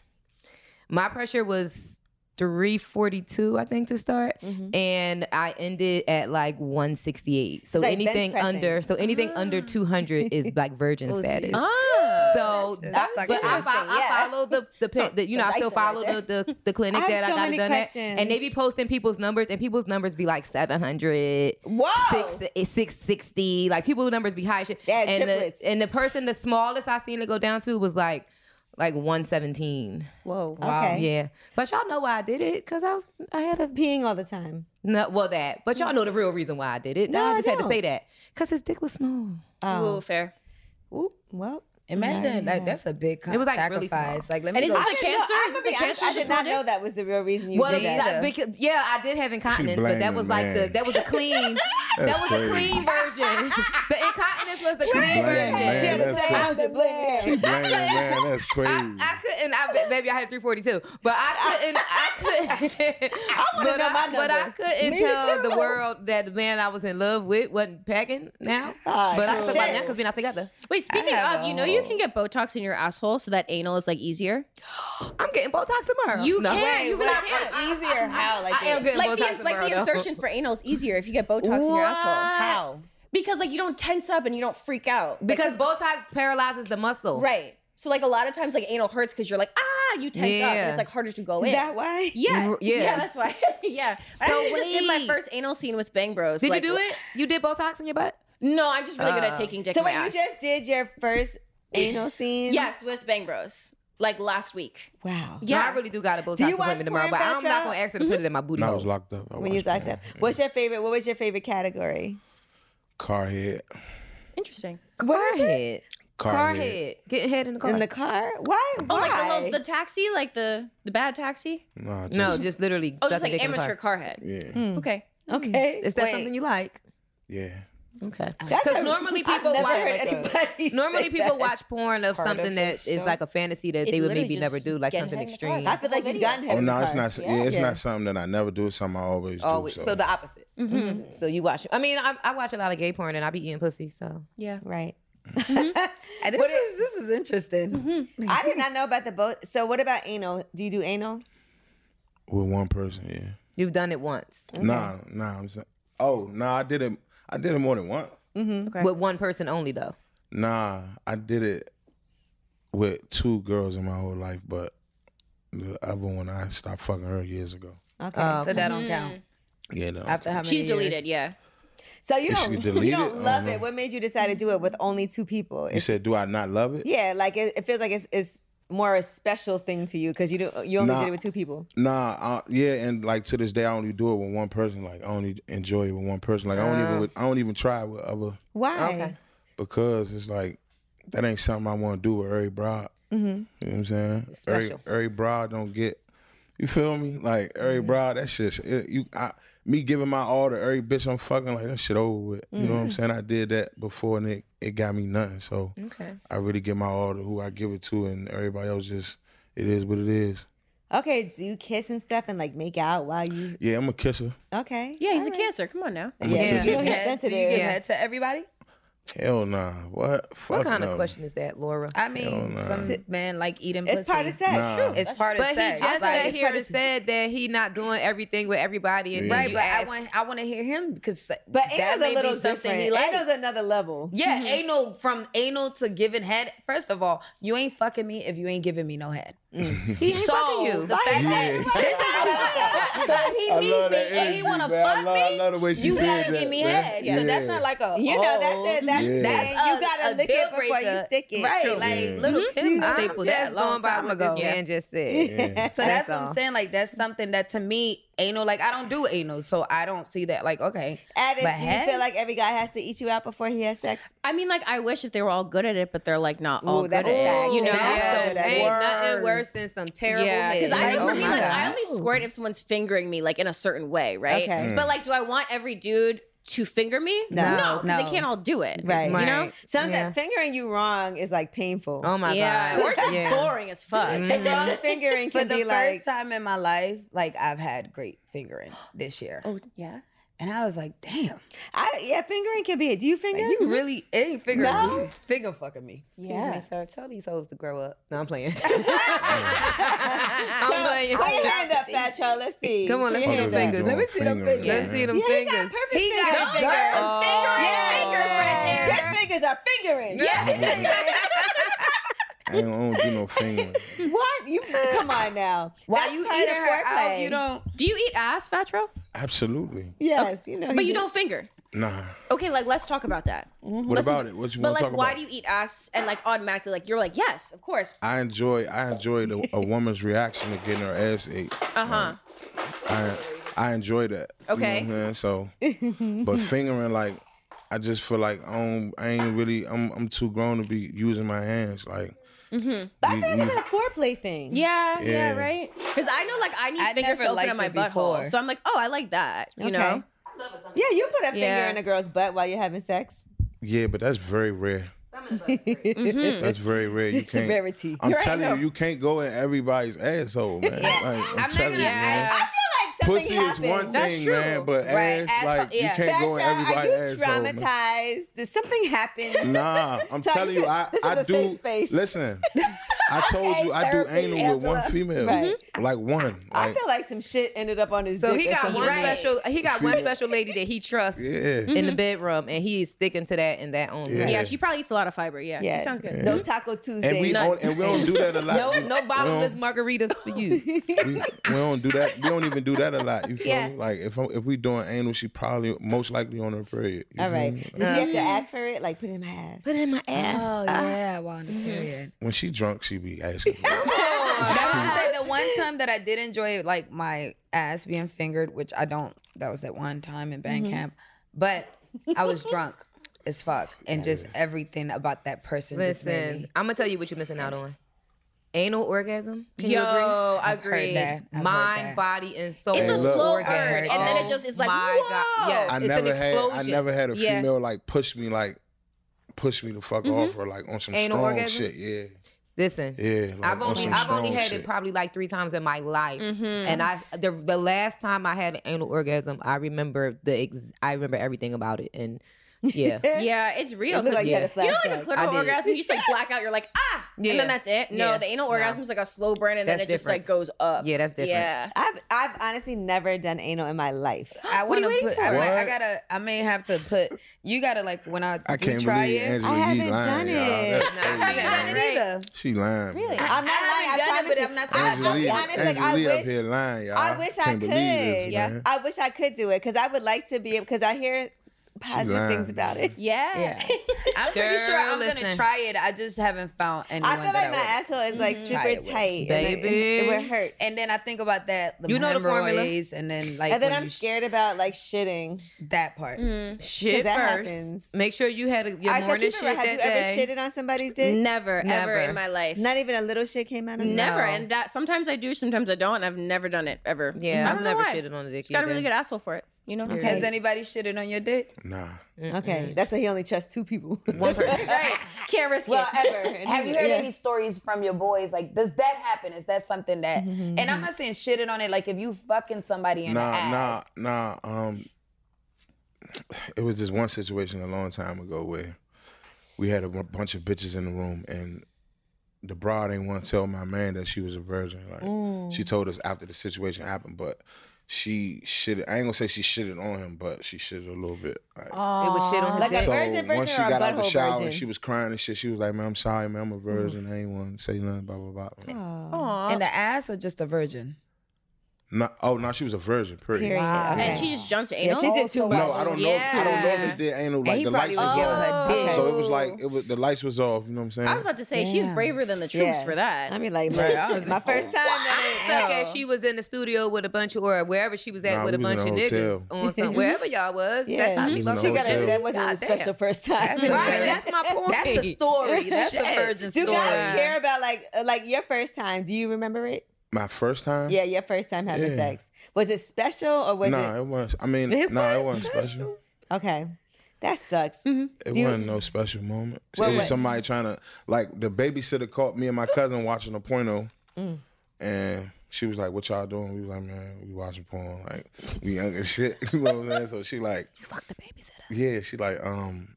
B: my pressure was 342 i think to start
A: Mm-hmm.
B: and i ended at like 168 so
A: It's like bench
B: anything
A: pressing. Uh-huh.
B: under so anything under 200 is like virgin status
A: Ah,
B: so
C: That's- that's
B: that's but I,
C: interesting,
B: fo- I follow the the, pe- the you know I still follow the, the the clinic
A: I have
B: that I
A: so
B: got
A: many
B: it done at,
A: questions.
B: and they be posting people's numbers, and people's numbers be like 700,
A: Whoa!
B: six- eh, 660, like people's numbers be high as shit.
A: They had
B: and
A: triplets.
B: the and the person, the smallest I seen it go down to was like like 117.
C: Whoa.
A: Okay.
B: Yeah, but y'all know why I did it because I was I had a
A: Peeing all the time. Mm.
B: no well that, but y'all know the real reason why I did it. No,
A: No, I
B: I just had to
A: don't.
B: say that because his dick was small.
A: Oh,
D: fair.
A: Ooh, well.
C: Imagine like that's a big
B: It was, like, really small.
C: sacrifice. like let me
D: And is
C: go-
D: this a cancer?
A: I,
D: Is
A: didn't
D: this
A: know-
D: the
A: I'm
D: cancer?
A: gonna be honest, I did not know that was the real reason you
B: Well,
A: did that.
B: yeah, because yeah, I did have incontinence, but that
E: blaming
B: was
E: the
B: like the
E: man.
B: that was a clean that
E: That's
B: was a
E: crazy.
B: clean version. the incontinence was the clean
E: blaming the man.
B: version.
E: She had to say, I was
A: a black
E: She blaming man. That's crazy.
B: I, I couldn't. I bet- maybe I had a 342, but I couldn't. I couldn't.
A: wanna
B: but
A: know
B: I-
A: my
B: But I
A: number.
B: couldn't
A: Me
B: tell
A: too.
B: the world that the man I was in love with wasn't packing now.
A: Ah,
B: but I still by
A: shit.
B: now because we're not together.
D: Wait, speaking
C: have
D: of,
C: a
D: you know you can get Botox in your asshole so that anal is like easier.
B: I'm getting Botox tomorrow.
D: You
B: No.
D: can.
B: Wait,
D: you can
B: wait,
D: like,
B: I-
D: yeah.
C: easier how like
B: I am
C: it-
B: getting
D: Like
B: Botox
D: the, like
B: tomorrow,
D: the
B: though.
D: insertion for anal is easier if you get Botox in your asshole.
C: how
D: Because like you don't tense up and you don't freak out. Like,
B: because Botox paralyzes the muscle.
D: right. So like a lot of times like anal hurts because you're like ah you tense up
B: Yeah.
D: and it's like harder to go
A: Is
D: in.
A: that why?
D: yeah.
B: R- yeah.
D: that's why. yeah. I
B: So
D: actually just did my
B: wait.
D: first anal scene with Bang Bros.
B: Did
D: like-
B: you do it? You did Botox in your butt?
D: No, I'm just really good at
B: Uh,
D: taking dick
A: So
D: in my
A: when you
D: ass.
A: just did your first anal scene?
D: Yes, with Bang Bros. Like last week.
A: Wow.
B: Yeah, I really do got a Botox
A: you watch
B: appointment tomorrow, but
A: porn,
B: I'm not
A: Petra?
B: gonna ask her to put it in my booty
E: And I
B: hole.
E: was locked up. I
A: When you was
E: watched
A: locked up.
E: that.
A: What's your favorite? What was your favorite category?
E: Car head.
D: Interesting.
B: car head.
E: Car,
B: Car
E: head.
B: head. Getting head in the car.
A: In the car? Why? Why?
D: Oh, like the, little, the taxi, like the the bad taxi.
E: Nah,
B: no, just literally.
D: Oh,
B: suck
D: just
B: a
D: like
B: dick in the
D: amateur
B: car.
D: carhead.
E: Yeah.
D: Okay.
A: okay.
B: Hmm. Is that something you like?
E: Yeah.
B: Okay.
A: That's
B: Because
A: a-
B: normally
A: I've
B: people
A: never
B: watch.
A: heard anybody
B: Normally
A: say
B: people
A: that.
B: watch porn of something that is like a fantasy that they would
D: literally
B: maybe never
D: just
B: do, like
D: getting
B: something
D: head in the car.
B: extreme.
A: I feel like you've gotten head
E: Oh
A: in the
E: no, it's
A: car.
E: not. Yeah, it's
A: Yeah.
E: not something that I never do. It's something I always do.
B: Always.
E: so.
B: So. the opposite. So you watch. I mean, I, I watch a lot of gay porn and I be eating pussy. So
D: Yeah.
A: Right.
C: Uh, this is this is interesting.
D: Hmm.
A: I did not know about the boat. So what about anal? Do you do anal?
E: with one person, yeah.
B: you've done it once
E: Nah, nah. I'm saying. Oh, nah. I did it. I did it more than once.
B: with one person only, though.
E: Nah, I did it with two girls in my whole life, but the other one I stopped fucking her years ago.
A: Okay.
C: So that don't count.
E: Yeah, no.
C: After how many
D: Mm. She's deleted,
C: years?
D: yeah.
A: so you
E: Is she
A: don't you
E: deleted?
A: don't
E: I
A: love
E: don't
A: it. uh-huh.
E: know.
A: What made you decide to do it with only two people?
E: you
A: It's-
E: said, do I not love it?
A: yeah, like it, it feels like it's it's more a special thing to you because you do you only
E: Nah.
A: did it with two people.
E: Nah, I, yeah, and like to this day, I only do it with one person. Like I only enjoy it with one person. Like I don't
C: Oh.
E: even, I don't even try with other
A: Why?
E: because it's like that ain't something I want to do with every broad.
B: Mm-hmm.
E: You know what I'm saying?
B: special.
E: Every, every broad don't get. You feel me? Like
B: Mm-hmm.
E: every broad, that shit. it- you, I, me giving my all to every bitch I'm fucking, like that shit over with. You know what I'm
B: Mm-hmm.
E: saying? I did that before, and it, it got me nothing. So
B: Okay.
E: I really give my all to who I give it to, and everybody else just it is what it is.
A: Okay, do you kiss and stuff and like make out while you?
E: Yeah, I'm a kisser.
A: Okay.
D: Yeah, he's a cancer. Come on now.
E: I'm a
A: Yeah.
E: kisser.
A: You know he's
C: Do
A: sensitive.
C: you give
B: Yeah.
C: head to everybody?
E: Hell nah. What? Fuck
B: What kind
E: no.
B: of question is that, Laura?
C: I mean, some men like eating pussy.
A: It's part of sex.
E: Nah. True.
C: It's part of
B: But
C: sex.
B: he Oh, just
C: Like,
B: sat
C: it's
B: here
C: part of
B: and said that he not doing everything with everybody. And
C: Right,
B: you
C: but I
B: asked-
C: want I want to hear him because
A: But
C: that
A: anal's
C: may
A: a little
C: be something
A: different.
C: he likes.
A: Anal's another level.
C: Yeah, anal from anal to giving head. First of all, you ain't fucking me if you ain't giving me no head.
B: He ain't fucking you.
C: The fact that
E: Yeah.
C: this is what I'm saying. So if
E: I
C: he
E: love
C: meets
E: that
C: me and he
E: energy,
C: want to
E: man. I
C: fuck
E: love-
C: me,
E: I love the way she
C: you
E: said
C: gotta
E: that,
C: give me
E: man.
C: head.
E: Yeah.
C: So that's not like a oh,
A: You know, that's it. That's
E: Yeah.
A: it.
E: That's
A: You gotta lick it before you stick it.
C: Right,
A: True.
C: like
E: Yeah.
C: little Kim
B: I'm
C: staple
B: just
C: that a long
B: going by
C: time
B: what
C: ago.
B: this man just said.
E: Yeah.
C: So that's,
B: That's
C: what
B: all.
C: I'm saying. Like that's something that to me anal. Like I don't do anal, so I don't see that. Like okay,
A: Addis,
C: But
A: do you
C: hey.
A: feel like every guy has to eat you out before he has sex?
D: I mean, like, I wish if they were all good at it, but they're like not all
A: Ooh,
D: good
A: that's
D: at
A: a fact.
D: it. You know,
A: That's
B: Yes,
A: the
B: ain't nothing
C: worst.
B: worse than some terrible
D: Yeah,
B: head.
D: because I know
B: Like,
D: for
B: oh
D: me,
B: my
D: like
B: God.
D: I only squirt if someone's fingering me like in a certain way, right?
A: Okay.
D: But like, do I want every dude to finger me?
A: No.
D: no, 'cause
C: No.
D: they can't all do it,
A: Right.
D: You know,
B: Right.
A: Sometimes
B: Yeah.
A: fingering you wrong is like painful.
B: Oh my
D: yeah,
B: god.
D: or it's just
B: Yeah.
D: boring as fuck.
B: Mhm.
A: Wrong fingering
C: for
A: can
C: the
A: be
C: first
A: like
C: time in my life, like I've had great fingering this year,
D: Oh yeah,
C: and I was like, damn,
A: I, yeah, fingering can be. it. Do you finger?
C: like, you really it ain't fingering me, you finger fucking me.
B: Excuse me, sir. Tell these hoes to grow up. No, I'm playing. I'm
A: Chola,
B: playing.
A: put your hand up, Fat Chola. Let's see.
B: Come on, let's
A: Put
B: see
A: your
B: them
A: hand up.
B: fingers.
E: Let me
C: see them
E: fingers,
C: fingers.
B: Let's see them
A: Yeah, he
B: fingers.
A: got perfect
C: He
A: fingering
C: got
A: fingers.
C: girls
B: fingering
A: Yeah,
B: fingers right there.
A: His fingers are fingering.
E: I don't, I don't do no fingering.
A: What? You come on now.
C: Why
A: That's
C: you
A: part
C: eat
A: of
C: her out?
A: foreplay.
C: You don't.
D: do you eat ass, Fatro?
E: Absolutely.
A: Yes, you know.
D: But
A: he
D: you
A: do.
D: don't finger.
E: Nah.
D: Okay, like let's talk about that.
E: What about it? What you
D: But
E: want to
D: like,
E: talk
D: why
E: about?
D: do you eat ass? And like, automatically, like you're like, yes, of course.
E: I enjoy I enjoy the, a woman's reaction to getting her ass ate.
D: Uh huh.
E: I I enjoy that.
D: Okay.
E: You know what I'm saying? So, but fingering like I just feel like I don't I ain't really I'm I'm too grown to be using my hands like.
A: But I
E: we-
A: think it's
E: we-
A: a foreplay thing.
D: Yeah,
E: Yeah.
D: right. Because I know, like, I need
C: I
D: fingers
C: never
D: to open
C: liked
D: up my
C: it
D: butthole.
C: before.
D: So I'm like, oh, I like that. You
A: Okay.
D: know,
A: Yeah, you put a finger
D: Yeah.
A: in a girl's butt while you're having sex.
E: yeah, but that's very rare.
D: Mm-hmm.
E: That's very rare. You
A: It's a
E: can't.
A: rarity.
E: I'm
A: Hmm. Right,
E: telling
A: no.
E: you, you can't go in everybody's asshole, man. Like, I'm, telling you, man.
A: I feel like
E: Pussy
A: something
E: is
A: happened.
E: one
C: That's
E: thing,
C: true.
E: man, but
C: Right,
E: ass,
C: asshole-
E: like,
C: yeah.
E: you can't
A: That's
E: go in
A: right. Are
E: everybody's
A: you
E: asshole. man.
A: traumatized? Did something happen?
E: Nah, I'm
A: So you
E: telling you,
A: could-
E: I,
A: this
E: I
A: is a
E: do.
A: safe space.
E: Listen, I told you I do
A: therapist,
E: anal with one
A: Angela.
E: female,
A: Right.
E: like one.
A: I
E: like-
A: feel like some shit ended up on his.
B: So
A: dick
B: he
A: or
B: got
A: something.
B: one special. He got one
E: Feel-
B: special lady that he trusts
E: yeah,
B: in the bedroom, and he is sticking to that and that only.
E: Yeah.
D: Mm-hmm. yeah, she probably eats a lot of fiber. Yeah,
A: Yeah.
D: She sounds good.
A: No Taco Tuesday.
E: and we
A: None.
E: don't, and we don't do that a lot.
B: No,
E: We-
B: no
E: we
B: bottomless
E: don't-
B: margaritas for you.
E: We, we don't do that. We don't even do that a lot. You feel me? Like if I'm, if we doing anal, she probably most likely on her period. you
A: All
E: feel
A: right.
E: me?
A: Did she have to
E: Um,
A: ask for it? Like put it in my ass. Uh-huh. Put it in my
C: Oh yeah, well, on the
B: Mm-hmm.
C: period.
E: When she drunk, she be asking. for it.
C: That was like the one time that I did enjoy like my ass being fingered, which I don't. That was that one time in
A: Mm-hmm.
C: band camp, but I was drunk as fuck, and just everything about that person just made
B: Listen,
C: me.
B: I'm gonna tell you what you're missing out on. Anal orgasm. Can
D: Yo,
B: you agree?
D: I
C: I've heard
D: agree.
C: that. I've heard
B: Mind,
C: that.
B: body, and soul.
D: It's
E: a Hey, look. slow
B: orgasm.
C: burn, and then it
D: just is
B: Oh
D: like,
B: my God.
D: whoa.
B: Yes,
E: I
B: it's
E: never
B: an
E: had I
B: explosion.
E: never had a
D: Yeah.
E: female like push me like push me the fuck off or like on some
B: Anal
E: strong
B: orgasm?
E: shit. Yeah,
B: Listen,
E: yeah. Like,
B: I've
E: on
B: only
E: some
B: I've only
E: strong
B: had
E: shit.
B: it probably like three times in my life,
D: Mm-hmm.
B: and I the the last time I had an anal orgasm, I remember the ex- I remember everything about it, and yeah,
D: Yeah, it's real.
A: It looked
D: 'cause
A: like you had a
D: You know, like a
A: flashback.
B: I
D: clitoral
B: did.
D: orgasm, you just like black out. You're like, ah,
B: Yeah.
D: and then that's it. No,
B: Yeah.
D: the anal
B: No.
D: orgasm is like a slow burn, and then it
B: That's
D: just like
B: different.
D: goes up.
B: Yeah, that's different.
D: Yeah,
A: I've I've honestly never done anal in my life.
C: I want to put. I, might, I
E: What?
C: gotta. I may have to put. You gotta like when I,
E: I
C: do
E: can't
C: try
E: believe
C: it.
E: Angela
A: I
E: Yee
A: haven't
E: lying.
A: done
E: y'all. That's
A: it.
B: I haven't
E: crazy,
B: done
E: man.
B: it
C: Right. Either.
E: She lying. Really?
A: I'm not lying. I
C: haven't done it,
A: promise
C: but
A: you.
C: I'm not saying I
A: I'll, I'll
E: Angela
A: be
E: Yee
A: honest. Like
E: Angela Yee
A: I
E: up here
A: wish.
E: lying, y'all.
A: I wish I
E: Can't
A: could.
E: believe This,
B: Yeah.
E: man.
A: I wish I could do it because I would like to be because I hear positive
E: lying.
A: things about it.
D: yeah.
C: I'm pretty sure
B: Girl,
C: I'm gonna
B: listen.
C: try it. I just haven't found anyone.
A: I feel
C: that
A: like my
C: would. Mhm.
A: asshole is like
C: Try
A: super
C: it with.
A: tight, and it-
B: Baby.
A: It, would hurt.
C: And then I think about that. The
B: You know the formula.
C: hemorrhoids, and then like
A: And then
C: when
A: I'm
C: you sh-
A: scared about like shitting.
C: that part.
B: Mm. shit
D: Mm.
A: 'Cause that
B: first.
A: happens.
B: Make sure you had a, your
A: I said,
B: morning
A: have
B: shit
A: you
B: that day.
A: ever shitted on somebody's dick?
D: Never,
B: Never.
D: ever in my life.
A: Not even a little shit came out of it?
D: Never.
B: No.
D: And that sometimes I do, sometimes I don't. I've never done it ever.
B: yeah,
D: I
B: I've
D: don't know
B: never
D: why.
B: shitted on a dick.
D: Just got a
B: either.
D: really good asshole for it. You know.
C: Has anybody shitted on your dick?
E: Nah.
A: Okay, that's why he only trusts two people.
B: One person.
D: Right. Can't risk
A: well,
D: it.
A: ever. And
C: Have
A: he-
C: you heard
A: yeah.
C: any stories from your boys? Like, does that happen? Is that something that? And I'm not saying shitted on it. Like, if you fucking somebody in the
E: Nah, nah,
C: ass,
E: nah. Um, it was just one situation a long time ago where we had a bu- bunch of bitches in the room, and the broad ain't want to tell my man that she was a virgin. Like she told us after the situation happened, but she shit. I ain't gonna say she shitted on him, but she shitted a little bit. Like,
B: It was shit on his
F: Like a
B: dick.
E: so
F: virgin person
E: once she
F: or a
E: got out the
F: butthole
E: shower
F: virgin?
E: and she was crying and shit, she was like, "Man, I'm sorry, man. I'm a virgin. I ain't want to say nothing." Blah blah blah.
C: In the ass or just a virgin?
E: No, oh no, she was a virgin. Period.
F: Period. Okay.
D: And she just jumped to
F: yeah,
D: anal.
F: she did too much.
E: No, I don't know. I don't know if they did anal. Like
C: he
E: the
C: probably
E: lights was
C: was giving her
E: off,
C: dick.
E: so it was like it was the lights was off. You know what I'm saying?
D: I was about to say she's
F: Damn.
D: braver than the troops
F: Yeah.
D: for that.
F: I mean, like, look, it's my first time. That ain't-
B: Stuck as she was in the studio with a bunch of, or wherever she was at
E: Nah,
B: with
E: we
B: a
E: was in
B: bunch of
E: a hotel.
B: niggas on some, wherever y'all was.
F: Yeah.
B: That's how she
E: Mhm.
B: loved
E: She
F: She got
E: hotel.
F: it. That wasn't a
B: Goddamn.
F: special first time.
B: Right, that's my point.
C: That's a story. That's a
B: Shit.
C: virgin
F: Do you
C: story.
F: guys care about like uh, like your first time? Do you remember it?
E: My first time.
F: Yeah, your first time having
E: Yeah.
F: sex. Was it special or was
E: nah,
F: it
E: it, was. I mean,
F: It
E: nah, it
F: was
E: wasn't special.
F: okay? That sucks.
B: Mm-hmm.
E: It
F: Do you-
E: wasn't no special moment.
F: What
E: it was
F: was-
E: somebody trying to like the babysitter caught me and my cousin watching a porno,
F: Mm,
E: and she was like, "What y'all doing?" We was like, "Man, we watching porn. Like we young as shit." You know what I'm saying? So she like, "You fucked the babysitter." Yeah, she like, um,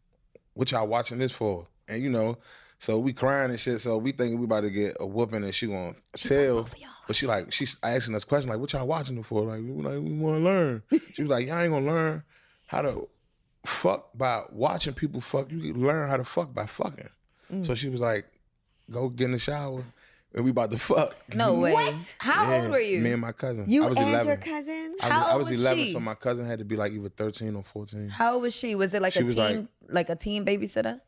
E: "What y'all watching this for?" And you know, so we crying and shit. So we thinking we about to get a whooping, and she gonna tell. But she like she's asking us questions like, "What y'all watching it for?" Like we like we want to learn. She was like, "Y'all ain't gonna learn how to fuck by watching people fuck. You can learn how to fuck by fucking." So she was like, "Go get in the shower, and we about to fuck."
C: No way.
F: What?
C: How
E: Mm-hmm. Yeah,
C: old were you?
E: Me and my cousin.
F: You
E: I was
F: and
E: 11.
F: your cousin?
E: I was,
C: How
E: I
C: old
E: was,
C: was
E: 11,
C: she?
E: so my cousin had to be like either 13 or 14.
C: How old was she? Was it like
E: She
C: a
E: was
C: teen, like, a teen babysitter?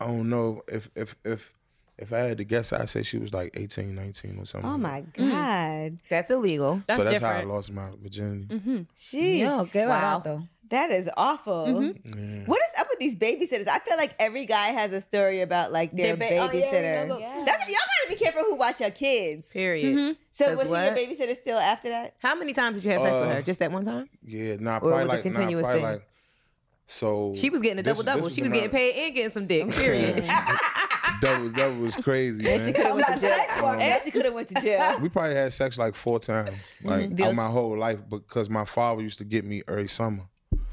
E: I don't know if if if if I had to guess, I'd say she was like 18, 19 or something.
F: Oh my god.
B: Mm-hmm. That's Mm-hmm. illegal.
E: That's so that's how I
D: different.
E: lost my virginity.
F: Jeez.
C: No, get wow. out though.
F: That is awful.
B: Mm-hmm.
E: Mm.
F: What is up with these babysitters? I feel like every guy has a story about like their
C: Their ba- oh, yeah,
F: babysitter.
C: remember.
F: That's y'all gotta be careful who watch your kids.
B: Period.
E: Mm-hmm.
F: So
B: 'Cause
F: was she your
B: what?
F: babysitter still after that?
B: How many times did you have sex with
E: Uh,
B: her? Just that one time?
E: Yeah, nah,
B: Or
E: probably
B: it was a
E: like
B: continuous
E: nah, probably
B: thing?
E: like so
B: She was getting a
E: this-
B: double double.
E: this
B: She was
E: when
B: getting
E: I-
B: paid and getting some dick. Period.
E: double double was crazy. man.
F: Could've went to jail. And she could have went to jail.
E: we probably had sex like four times,
B: Mm-hmm.
E: like out
C: Those-
E: my whole life, because my father used to get me every summer.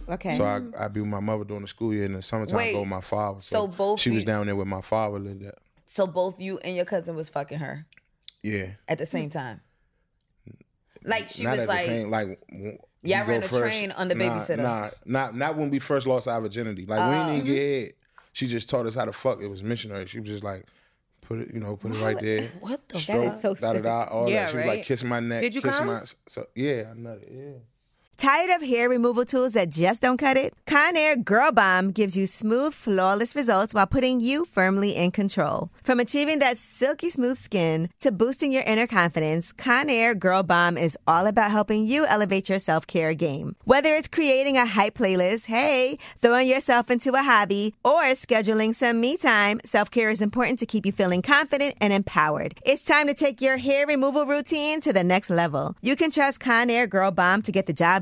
F: Okay.
E: So I I'd be with my mother during the school year, and in the summertime I
C: Wait,
E: go with my father.
C: so both
E: she was
C: you-
E: down there with my father lived at.
C: So both you and your cousin was fucking her
E: Yeah,
C: at the same time. Like she
E: not
C: was
E: at
C: like,
E: the same like. w-
C: Y'all
E: you go
C: ran a train on the
E: Nah,
C: babysitter.
E: Nah, not not when we first lost our virginity. Like we
B: Oh,
E: didn't even get
B: mm-hmm.
E: hit. She just taught us how to fuck. It was missionary. She was just like, put it, you know, put it right there.
C: what the
E: Stroke,
F: is so
E: da, da, da, all
B: Yeah,
E: that. She was like,
B: right.
E: kiss my neck.
B: Did you
E: kiss
B: come?
E: my so yeah, I nutted. Yeah.
A: Tired of hair removal tools that just don't cut it? Conair Girl Bomb gives you smooth, flawless results while putting you firmly in control. From achieving that silky smooth skin to boosting your inner confidence, Conair Girl Bomb is all about helping you elevate your self care game. Whether it's creating a hype playlist, hey, throwing yourself into a hobby, or scheduling some me time, self care is important to keep you feeling confident and empowered. It's time to take your hair removal routine to the next level. You can trust Conair Girl Bomb to get the job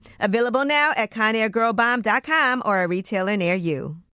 A: Available now at conairgirlbomb.com or a retailer near you.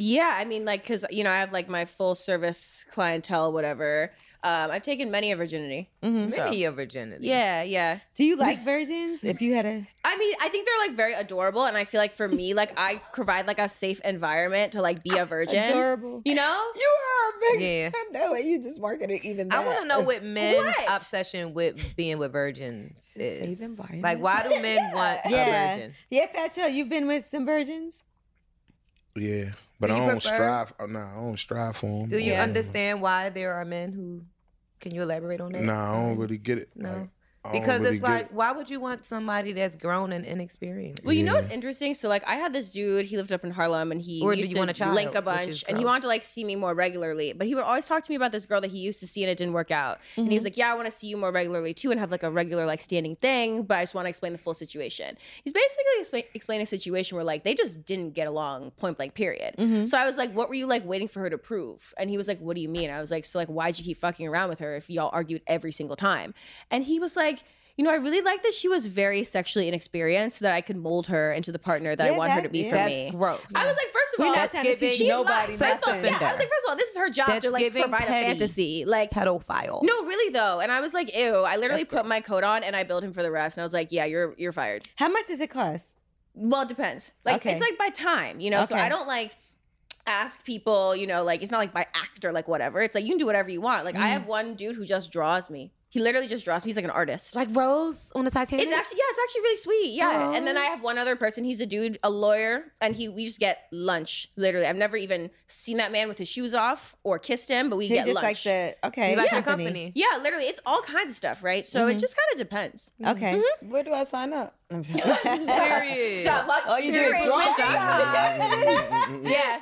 D: Yeah, I mean, like, cause you know, I have like my full service clientele, whatever. Um, I've taken many a virginity. so-
B: Maybe your Mm-hmm. virginity.
D: Yeah, yeah.
F: Do you like virgins? If you had a
D: I mean, I think they're like very adorable, and I feel like for me, like I provide like a safe environment to like be a virgin.
F: adorable,
D: You know?
F: you are a
B: Yeah.
F: I know it. You just marketed even.
B: I want to know what men's
D: What?
B: obsession with being with virgins is.
C: environment.
B: Like, why do men want a
F: Yeah,
B: virgin?
F: yeah, Fatso, you've been with some virgins.
E: Yeah, but
B: Do
E: I
B: you
E: don't
B: prefer-
E: strive. uh, Nah, I don't strive for them.
B: Do you understand why there are men who? Can you elaborate on that?
E: Nah, I don't really get it.
B: No.
E: Like, I don't
B: Because
E: really
B: it's
E: get
B: like,
E: it.
B: why would you want somebody that's grown and inexperienced?
D: Well, you know
E: Yeah.
D: what's interesting? So like I had this dude, he lived up in Harlem and he
B: Or do
D: used
B: you
D: to
B: want a child,
D: link a
B: which
D: bunch
B: is
D: and he
B: gross.
D: wanted to like see me more regularly. But he would always talk to me about this girl that he used to see and it didn't work out. And he was like, Yeah, I want to see you more regularly too and have like a regular like standing thing, but I just want to explain the full situation. He's basically explain, explaining a situation where like they just didn't get along point blank period. So I was like, What were you like waiting for her to prove? And he was like, What do you mean? I was like, So like why'd you keep fucking around with her if y'all argued every single time? And he was like you know, I really like that she was very sexually inexperienced so that I could mold her into the partner that I
F: Yeah,
D: want her
F: that-
D: to be
F: yeah.
D: for
B: That's
D: me.
B: gross.
D: I was like, first of
F: We're
D: all,
F: not
D: that's
F: trying to
D: giving
F: teach
D: she's
F: nobody
D: not sex
B: nothing.
D: offender. Yeah, I was like, first of all, this is her job
B: That's
D: to like
B: giving
D: provide
B: petty.
D: a fantasy. Like,
B: Pedophile.
D: no, really though. And I was like, ew. I literally
B: That's
D: put my coat on and I billed him for the rest. And I was like, yeah, you're you're fired.
F: How much does it cost?
D: Well, it depends. Like
F: Okay.
D: it's like by time, you know. So
F: Okay.
D: I don't like ask people, you know, like it's not like by act or like whatever. It's like you can do whatever you want. Like
F: Mm.
D: I have one dude who just draws me. He literally just draws me. He's like an artist.
B: Like Rose on the Titanic.
D: It's actually yeah, it's actually really sweet. Yeah. And then I have one other person. He's a dude, a lawyer, and he we just get lunch. Literally, I've never even seen that man with his shoes off or kissed him, but we
F: He's
D: get
F: just
D: lunch.
F: like the okay
B: You like your
F: company.
B: company.
D: yeah, literally, it's all kinds of stuff, right? So it just kind of depends. Mm-hmm.
F: Okay,
C: Where do I sign up? I'm just-
B: Mm-hmm. Period.
D: Stop. Like,
F: All Oh, you do is
D: encouragement
F: draw. Mm-hmm,
D: document. yeah.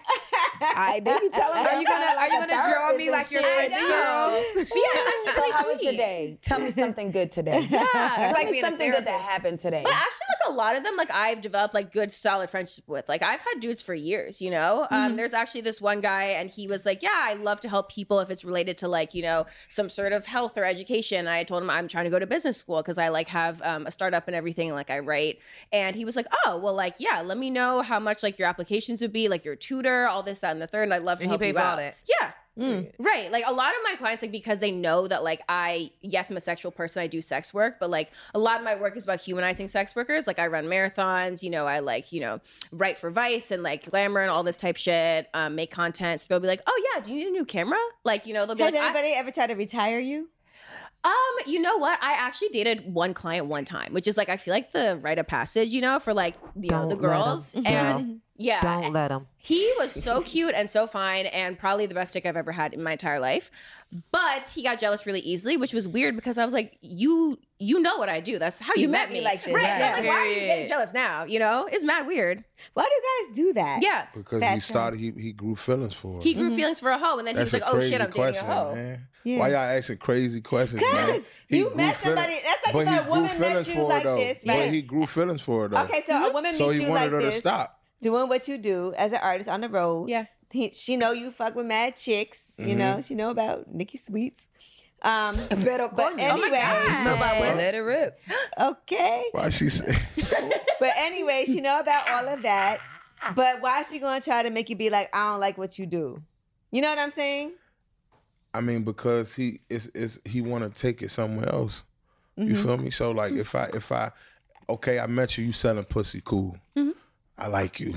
C: I, they be telling me
B: Are
C: I'm
B: you gonna Are
C: like
B: you
C: a
B: gonna draw me like
C: therapist
B: your
C: and shit.
B: French girl?
D: But yeah, it's
C: So
D: actually
C: how
D: really
C: was your
D: sweet.
C: day? Tell me something good today. Tell
D: like
C: me
D: being a
C: something good that
D: therapist.
C: happened today.
D: But actually, like a lot of them, like I've developed like good, solid friendship with. Like I've had dudes for years, you know.
B: Mm-hmm.
D: Um, there's actually this one guy, and he was like, "Yeah, I love to help people if it's related to like you know some sort of health or education." And I told him I'm trying to go to business school because I like have um, a startup and everything. Like I write, and he was like, "Oh, well, like yeah, let me know how much like your applications would be, like your tutor, all this, that, and the third. And I'd love to
B: And he
D: help
B: paid
D: you
B: for all
D: out."
B: that?
D: Yeah,
F: Mm.
D: Right. Like a lot of my clients, like because they know that like I yes, I'm a sexual person, I do sex work, but like a lot of my work is about humanizing sex workers. Like I run marathons, you know, I like, you know, write for Vice and like glamour and all this type shit, um, make content. So they'll be like, Oh yeah, do you need a new camera? Like, you know, they'll be
F: has
D: like, I-
F: anybody ever tried to retire you?
D: um, you know what? I actually dated one client one time, which is like I feel like the rite of passage, you know, for like you know the
B: Don't let 'em.
D: girls. And yeah,
B: Don't let him.
D: he was so cute and so fine and probably the best dick I've ever had in my entire life. But he got jealous really easily, which was weird because I was like, you you know what I do. That's how you, met, me.
F: like this.
D: Right.
F: Yeah.
D: So I'm like, why are you getting
B: Period.
D: jealous now? You know? It's mad weird.
F: Why do you guys do that?
D: Yeah.
E: because
F: Fat
E: he started. He, he grew feelings for. it.
D: He
F: Mm-hmm.
D: grew feelings for a hoe and then
E: That's
D: he was
E: a
D: like, Oh
E: crazy
D: shit, I'm dating
E: question,
D: a hoe.
E: man.
F: Yeah.
E: Why y'all asking crazy questions? man?
F: Because
E: He
F: you
E: grew
F: met
E: feelings-
F: somebody. That's like
E: but
F: if
E: he
F: a
E: grew
F: woman met
E: feelings
F: you
E: for it,
F: like
E: though.
F: this,
E: But
F: right?
E: he grew feelings for it though.
F: Okay, so
C: Mm-hmm.
F: a woman
E: So
F: meets
E: he
F: you
E: wanted
F: like
E: her to
F: this,
E: stop.
F: doing what you do as an artist on the road.
D: Yeah.
E: Mm-hmm.
F: He, she know you fuck with mad chicks. You know, she know about Nikki Sweets.
A: Um,
C: Better call
A: but
C: me. Oh my
A: anyway,
C: Let it rip.
A: okay.
E: Why she say?
A: But anyway, she know about all of that. But why is she gonna try to make you be like, I don't like what you do? You know what I'm saying?
E: I mean, because he is is he want to take it somewhere else.
F: Mm-hmm.
E: You feel me? So like, if I if I okay, I met you. You selling pussy, cool.
F: Mm-hmm.
E: I like you.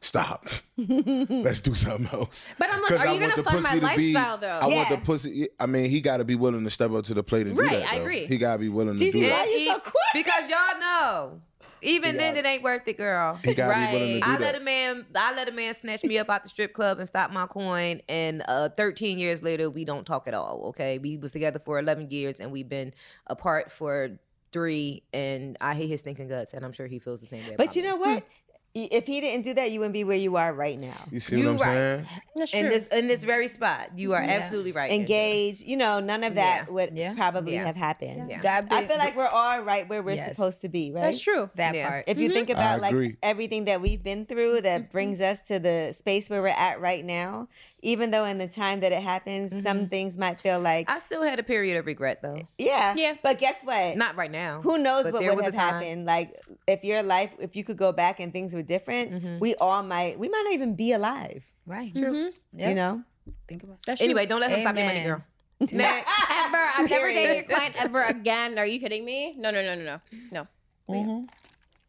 E: Stop. Let's do something else.
D: But I'm like,
E: 'Cause
D: are
E: I want
D: you gonna
E: the
D: fund my
E: pussy to be-
D: lifestyle, though?
E: I want the
A: Yeah.
E: pussy. I mean, he got to be willing to step up to the plate and
D: Right,
E: do that.
D: I
E: though.
D: agree.
E: He got to be willing to
A: Gigi,
E: do
A: why
E: that.
A: you so quick?
B: Because y'all know, even then it ain't worth it, girl.
E: He got to be willing to do
B: I
E: that.
B: let a man, I let a man snatch me up out the strip club and stop my coin. And uh, 13 years later, we don't talk at all. Okay, we was together for 11 years and we've been apart for three. And I hate his stinking guts, and I'm sure he feels the same way.
A: But
B: about
A: you
B: me.
A: know what? Y- If he didn't do that, you wouldn't be where you are right now.
E: You see
B: You
E: what I'm
B: right.
E: saying?
B: in this in this very spot, you are absolutely right.
A: Engage, you know, none of that
B: Yeah.
A: would
C: Yeah.
A: probably
B: Yeah.
A: have happened.
B: Yeah.
C: God
A: I
C: be-
A: feel like we're all right where we're
C: Yes.
A: supposed to be, right?
D: That's true.
C: that
B: Yeah.
C: part.
A: If you think about like
E: agree.
A: everything that we've been through
B: Mm-hmm.
A: that brings us to the space where we're at right now, even though in the time that it happens, some things might feel like,
B: Mm-hmm. I still had a period of regret though.
A: yeah,
D: Yeah.
A: But guess what?
B: Not right now.
A: Who knows
B: but
A: what
B: there
A: would
B: was a
A: have
B: time-
A: happened? Like if your life, if you could go back and things were different,
B: Mm-hmm.
A: we all might, we might not even be alive.
C: Right. True.
B: Mm-hmm.
C: Yeah.
A: You know,
C: Think about
D: That's true.
B: Anyway, don't let him stop your money,
C: Amen.
B: girl.
D: Never, I've never dated a client ever again. Are you kidding me? No, no, no, no, no, no.
B: Mm-hmm.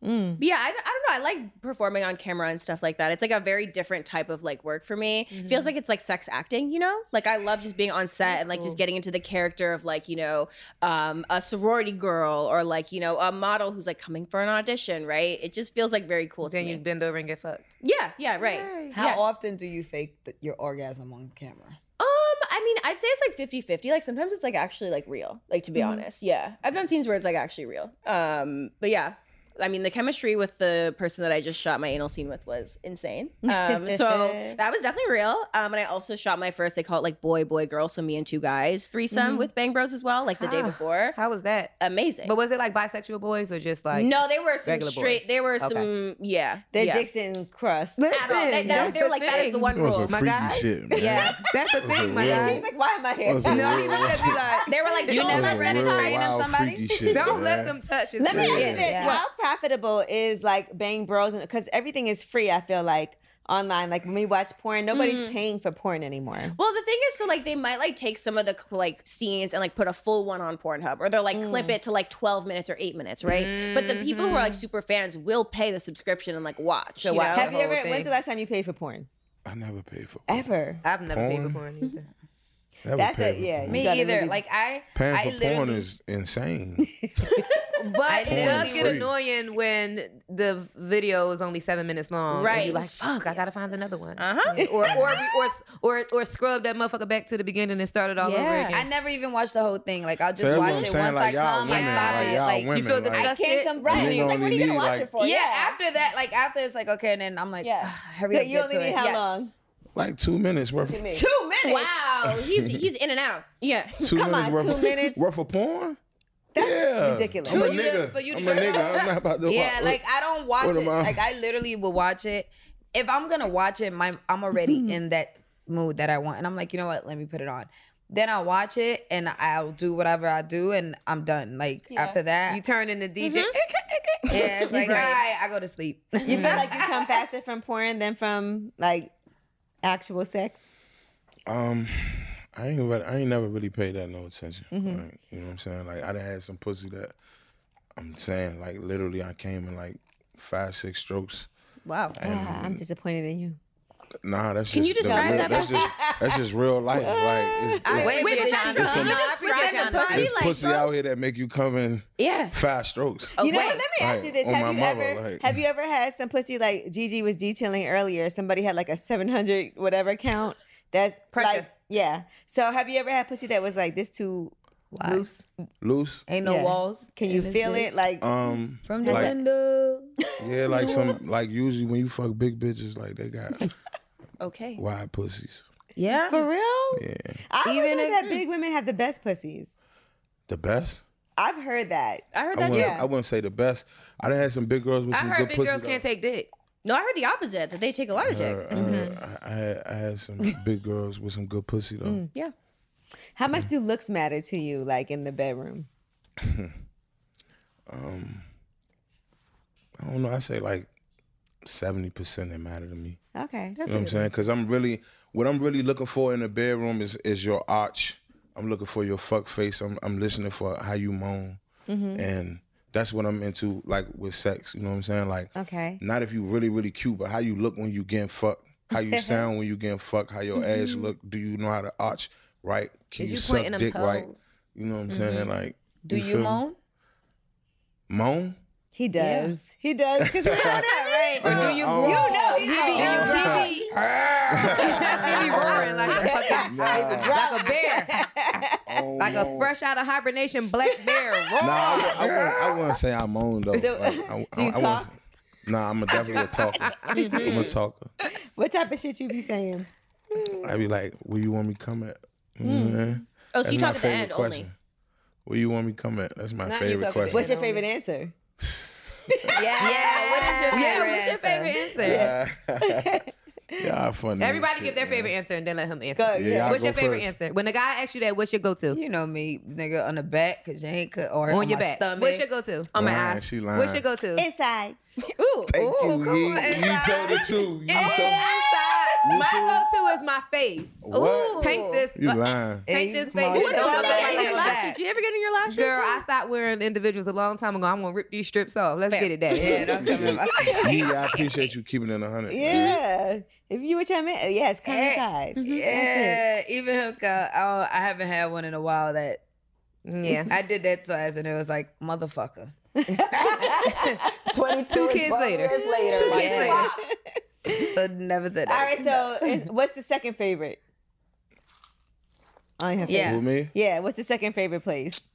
B: Mm.
D: But yeah, I, I don't know. I like performing on camera and stuff like that. It's like a very different type of like work for me.
B: Mm-hmm.
D: Feels like it's like sex acting, you know? Like I love just being on set and like just getting into the character of like, you know, um, a sorority girl or like, you know, a model who's like coming for an audition, right? It just feels like very cool
B: Then
D: to
B: you
D: me.
B: bend over and get fucked.
D: Yeah, yeah, right.
C: How
D: Yeah.
C: often do you fake th- your orgasm on camera?
D: Um, I mean, I'd say it's like 50-50. Like sometimes it's like actually like real. Like to be honest. Yeah. I've done scenes where it's like actually real. Um, but yeah. I mean, the chemistry with the person that I just shot my anal scene with was insane. Um, so that was definitely real. Um, and I also shot my first, they call it like boy, boy, girl. So me and two guys threesome with Bang Bros as well, like the day
B: Ah,
D: before.
B: How was that?
D: Amazing.
B: But was it like bisexual boys or just like
D: no, they were some
B: regular
D: straight,
B: boys.
D: they were
B: Okay.
D: some, yeah.
A: their
D: yeah.
A: dicks didn't cross.
D: At all. They, they,
B: That's
D: they were
B: the
D: like, that is the
B: thing.
D: one
E: That was
D: rule.
E: a
B: my
E: freaky
B: God.
E: shit, man.
B: Yeah, that's the
E: That was a
B: thing, my
E: real-
B: guy.
A: He's like, why am I
E: That
A: here?
E: was a
B: No, he
E: real-
B: looked at me like,
D: They were like,
E: that
D: don't
E: was
D: let
E: a
D: them
E: real
D: try
C: in
E: wild,
C: somebody?
E: freaky shit,
B: don't let
E: man.
B: them touch it.
A: Let me ask you
E: Yeah.
A: this: How profitable is like Bang Bros? And because everything is free, I feel like online. Like when we watch porn, nobody's
B: Mm.
A: paying for porn anymore.
D: Well, the thing is, so like they might like take some of the cl- like scenes and like put a full one on Pornhub, or they'll like
A: Mm.
D: clip it to like twelve minutes or eight minutes, right? But the people who are like super fans will pay the subscription and like watch. you
B: watch
D: know?
A: Have you ever?
B: thing.
A: When's the last time you paid for porn?
E: I never paid for.
A: Ever?
B: I've never paid
E: Porn?
B: for porn either.
E: Never
A: That's
E: paid
A: it.
E: for
A: Yeah.
E: porn.
A: you
C: Me
A: gotta
C: either.
A: really-
C: Like I,
E: Paying
C: I
E: for porn
C: literally
E: is insane.
B: But it does
E: Porn
B: get
E: is free.
B: annoying when the video is only seven minutes long. And
D: Right.
B: you're like, fuck, I gotta find another one.
D: Uh-huh.
B: Or, or, or or or scrub that motherfucker back to the beginning and start it all over
D: Yeah.
B: again.
C: I never even watched the whole thing. Like I'll just
E: So that's what
C: watch
E: I'm
C: it
E: saying,
C: once
E: like,
C: I
E: y'all
C: come.
E: women,
C: I stop
E: like,
C: it.
E: y'all
C: Like
E: women,
B: you feel
E: like-
B: disgusted.
C: I can't come to
E: Right. You
C: you.
E: know,
C: Like,
E: only need, like-
C: yeah, After that, like after it's like okay, and then I'm like,
A: Yeah.
C: yeah. hurry up.
A: you
C: get
A: only
C: to
A: need
C: it.
A: how
C: Yes.
A: long?
E: like two minutes worth. Of,
A: Two minutes.
D: Wow, he's he's in and out. Yeah.
E: two
A: Come
E: minutes
A: on,
E: worth.
A: two
E: of,
A: minutes?
E: worth of porn. That's
A: ridiculous.
E: I'm a
A: Two
E: nigga.
B: for you to
E: I'm a
B: do
E: nigga. I'm not about to.
C: Yeah, like I don't watch
E: what
C: it.
E: am I-
C: Like I literally will watch it. If I'm gonna watch it, my I'm already in that mood that I want, and I'm like, you know what? Let me put it on. Then I'll watch it, and I'll do whatever I do, and I'm done. Like after that,
B: you turn into DJ.
A: Mm-hmm.
C: yeah, it's like all right, I go to sleep.
A: You feel like you come faster from porn than from like actual sex.
E: Um, I ain't really, I ain't never really paid that no attention.
C: Mm-hmm.
E: Like, you know what I'm saying? Like I done had some pussy that I'm saying like literally I came in like five six strokes.
D: Wow.
A: Ah, I'm disappointed in you.
E: Nah, that's
D: Can
E: just
D: you
E: the
D: describe
E: real-
D: that
E: That's just, that's just real life. Like it's, it's,
B: Wait, wait,
D: Wait, but that's
B: Tiana. No,
D: true.
B: I
D: Even just
B: forgot
D: within the
B: Tiana.
D: pussy,
E: it's
D: like,
E: pussy out here that make you come in
D: Yeah.
E: five strokes.
C: Oh,
A: You know,
D: wait.
A: what? let me ask
E: Like,
A: you this:
E: on
A: Have
E: my
A: you
E: mother,
A: ever
E: like-
A: have you ever had some pussy like Gigi was detailing earlier? Somebody had like a seven hundred whatever count. That's
B: Pressure.
A: like yeah. So have you ever had pussy that was like this too?
B: Loose.
E: Loose.
C: Ain't no
A: Yeah.
C: walls.
A: Can
C: in
A: you
C: this
A: feel
C: bitch.
A: it? Like
E: Um,
C: from the
E: like,
C: window?
E: yeah, like some like usually when you fuck big bitches, like they got
D: Okay.
E: wide pussies.
C: Yeah,
A: for real?
E: Yeah,
A: I always
C: Even
A: heard
C: if-
A: that big women have the best pussies.
E: the best.
A: I've heard that.
D: I heard
E: I
D: that too.
E: wouldn't, I wouldn't say the best. I done had some big girls with
B: I
E: some
B: heard
E: good
B: big
E: pussy.
B: girls
E: though.
B: can't take dick.
D: No, I heard the opposite, that they take a lot of dick.
A: Mm-hmm.
C: Mm,
E: Uh, uh, I, I had I had some big girls with some good pussy though.
D: Yeah.
A: How much do looks matter to you, like in the bedroom?
E: Um, I don't know. I say like seventy percent that matter to me.
A: Okay.
E: you know what I'm saying? Because I'm really what I'm really looking for in the bedroom is is your arch. I'm looking for your fuck face. I'm I'm listening for how you moan,
C: Mm-hmm.
A: Mhm.
E: and that's what I'm into. Like with sex, you know what I'm saying? Like
A: Okay.
E: not if you really really cute, but how you look when you getting fucked, how you sound when you getting fucked, how your ass
B: Mhm.
E: look. Do you know how to arch right? Can
B: Is
E: you,
B: you
E: suck
B: pointing them
E: dick right?
B: toes?
E: You know what I'm
B: Mhm.
E: saying? Like,
C: Do you
E: feel me?
C: moan?
E: Moan?
A: He does. He does. Because he's on that, right?
C: Or do you
E: Oh.
C: growl?
A: You know he
B: You be, you
A: does.
B: be, you be roaring like a fucking, like a bear,
E: Oh,
B: like a
E: moan.
B: fresh out of hibernation black bear.
E: Nah, I, wou- I,
B: Roar.
E: wouldn't, I wouldn't say I moan though.
A: So,
E: Like, I,
A: do you
E: I, I
A: talk?
E: wouldn't- nah, I'm a definitely a talker. I'm a talker.
A: What type of shit you be saying?
E: I'd be like, "Where you want me come at?" You know what I'm saying?
D: Oh, so
E: That's
D: you
E: my
D: talk at the
E: favorite
D: end
E: question.
D: only.
E: Where you want me come at? That's my
B: Not you
E: favorite
B: talking to
E: question.
A: What's your favorite answer?
C: Yeah. What is your favorite?
B: Yeah, what's your
C: answer?
B: favorite answer?
E: yeah, funny. as
B: Everybody
E: shit,
B: give their
E: man.
B: favorite answer and then let him answer.
A: Go,
E: Yeah, y'all
B: What's
E: go
B: your favorite
E: first.
B: answer? When the guy asks you that, what's your go-to?
C: You know me, nigga, on the back, cause you ain't cut or
B: on,
C: on,
B: your
C: my
B: back.
C: stomach.
B: What's your go-to?
E: On my Lying, ass. she lying.
B: What's your go-to?
A: Inside.
E: Thank
B: Ooh,
E: you.
B: come
E: Yee.
B: on,
E: You
B: inside.
E: told the truth. You told
B: Inside.
E: You
B: My go-to is my face.
E: What?
B: Paint this.
E: You lying.
C: Hey,
B: Paint this
C: you
B: face.
C: smart.
B: Don't look
C: Okay.
B: like
C: Your
B: that.
C: lashes.
D: Do you ever get in your lashes?
B: Girl, I stopped wearing individuals a long time ago. I'm gonna rip these strips off. Let's get it down.
C: Yeah, don't come in my
E: Yee, I appreciate you keeping it 100. man.
A: Yeah. If you were telling me, yes, come
C: Eh,
A: inside. That's it.
C: Yeah, even hook up. I, don't- I haven't had one in a while that
B: Yeah.
C: I did that twice and it was like, motherfucker.
B: Two kids later. Two
C: like,
B: kids later.
C: yeah. So never said that.
A: All right, so is- what's the second favorite? I have
C: Yeah.
A: favorite.
E: With me?
A: Yeah, what's the second favorite place?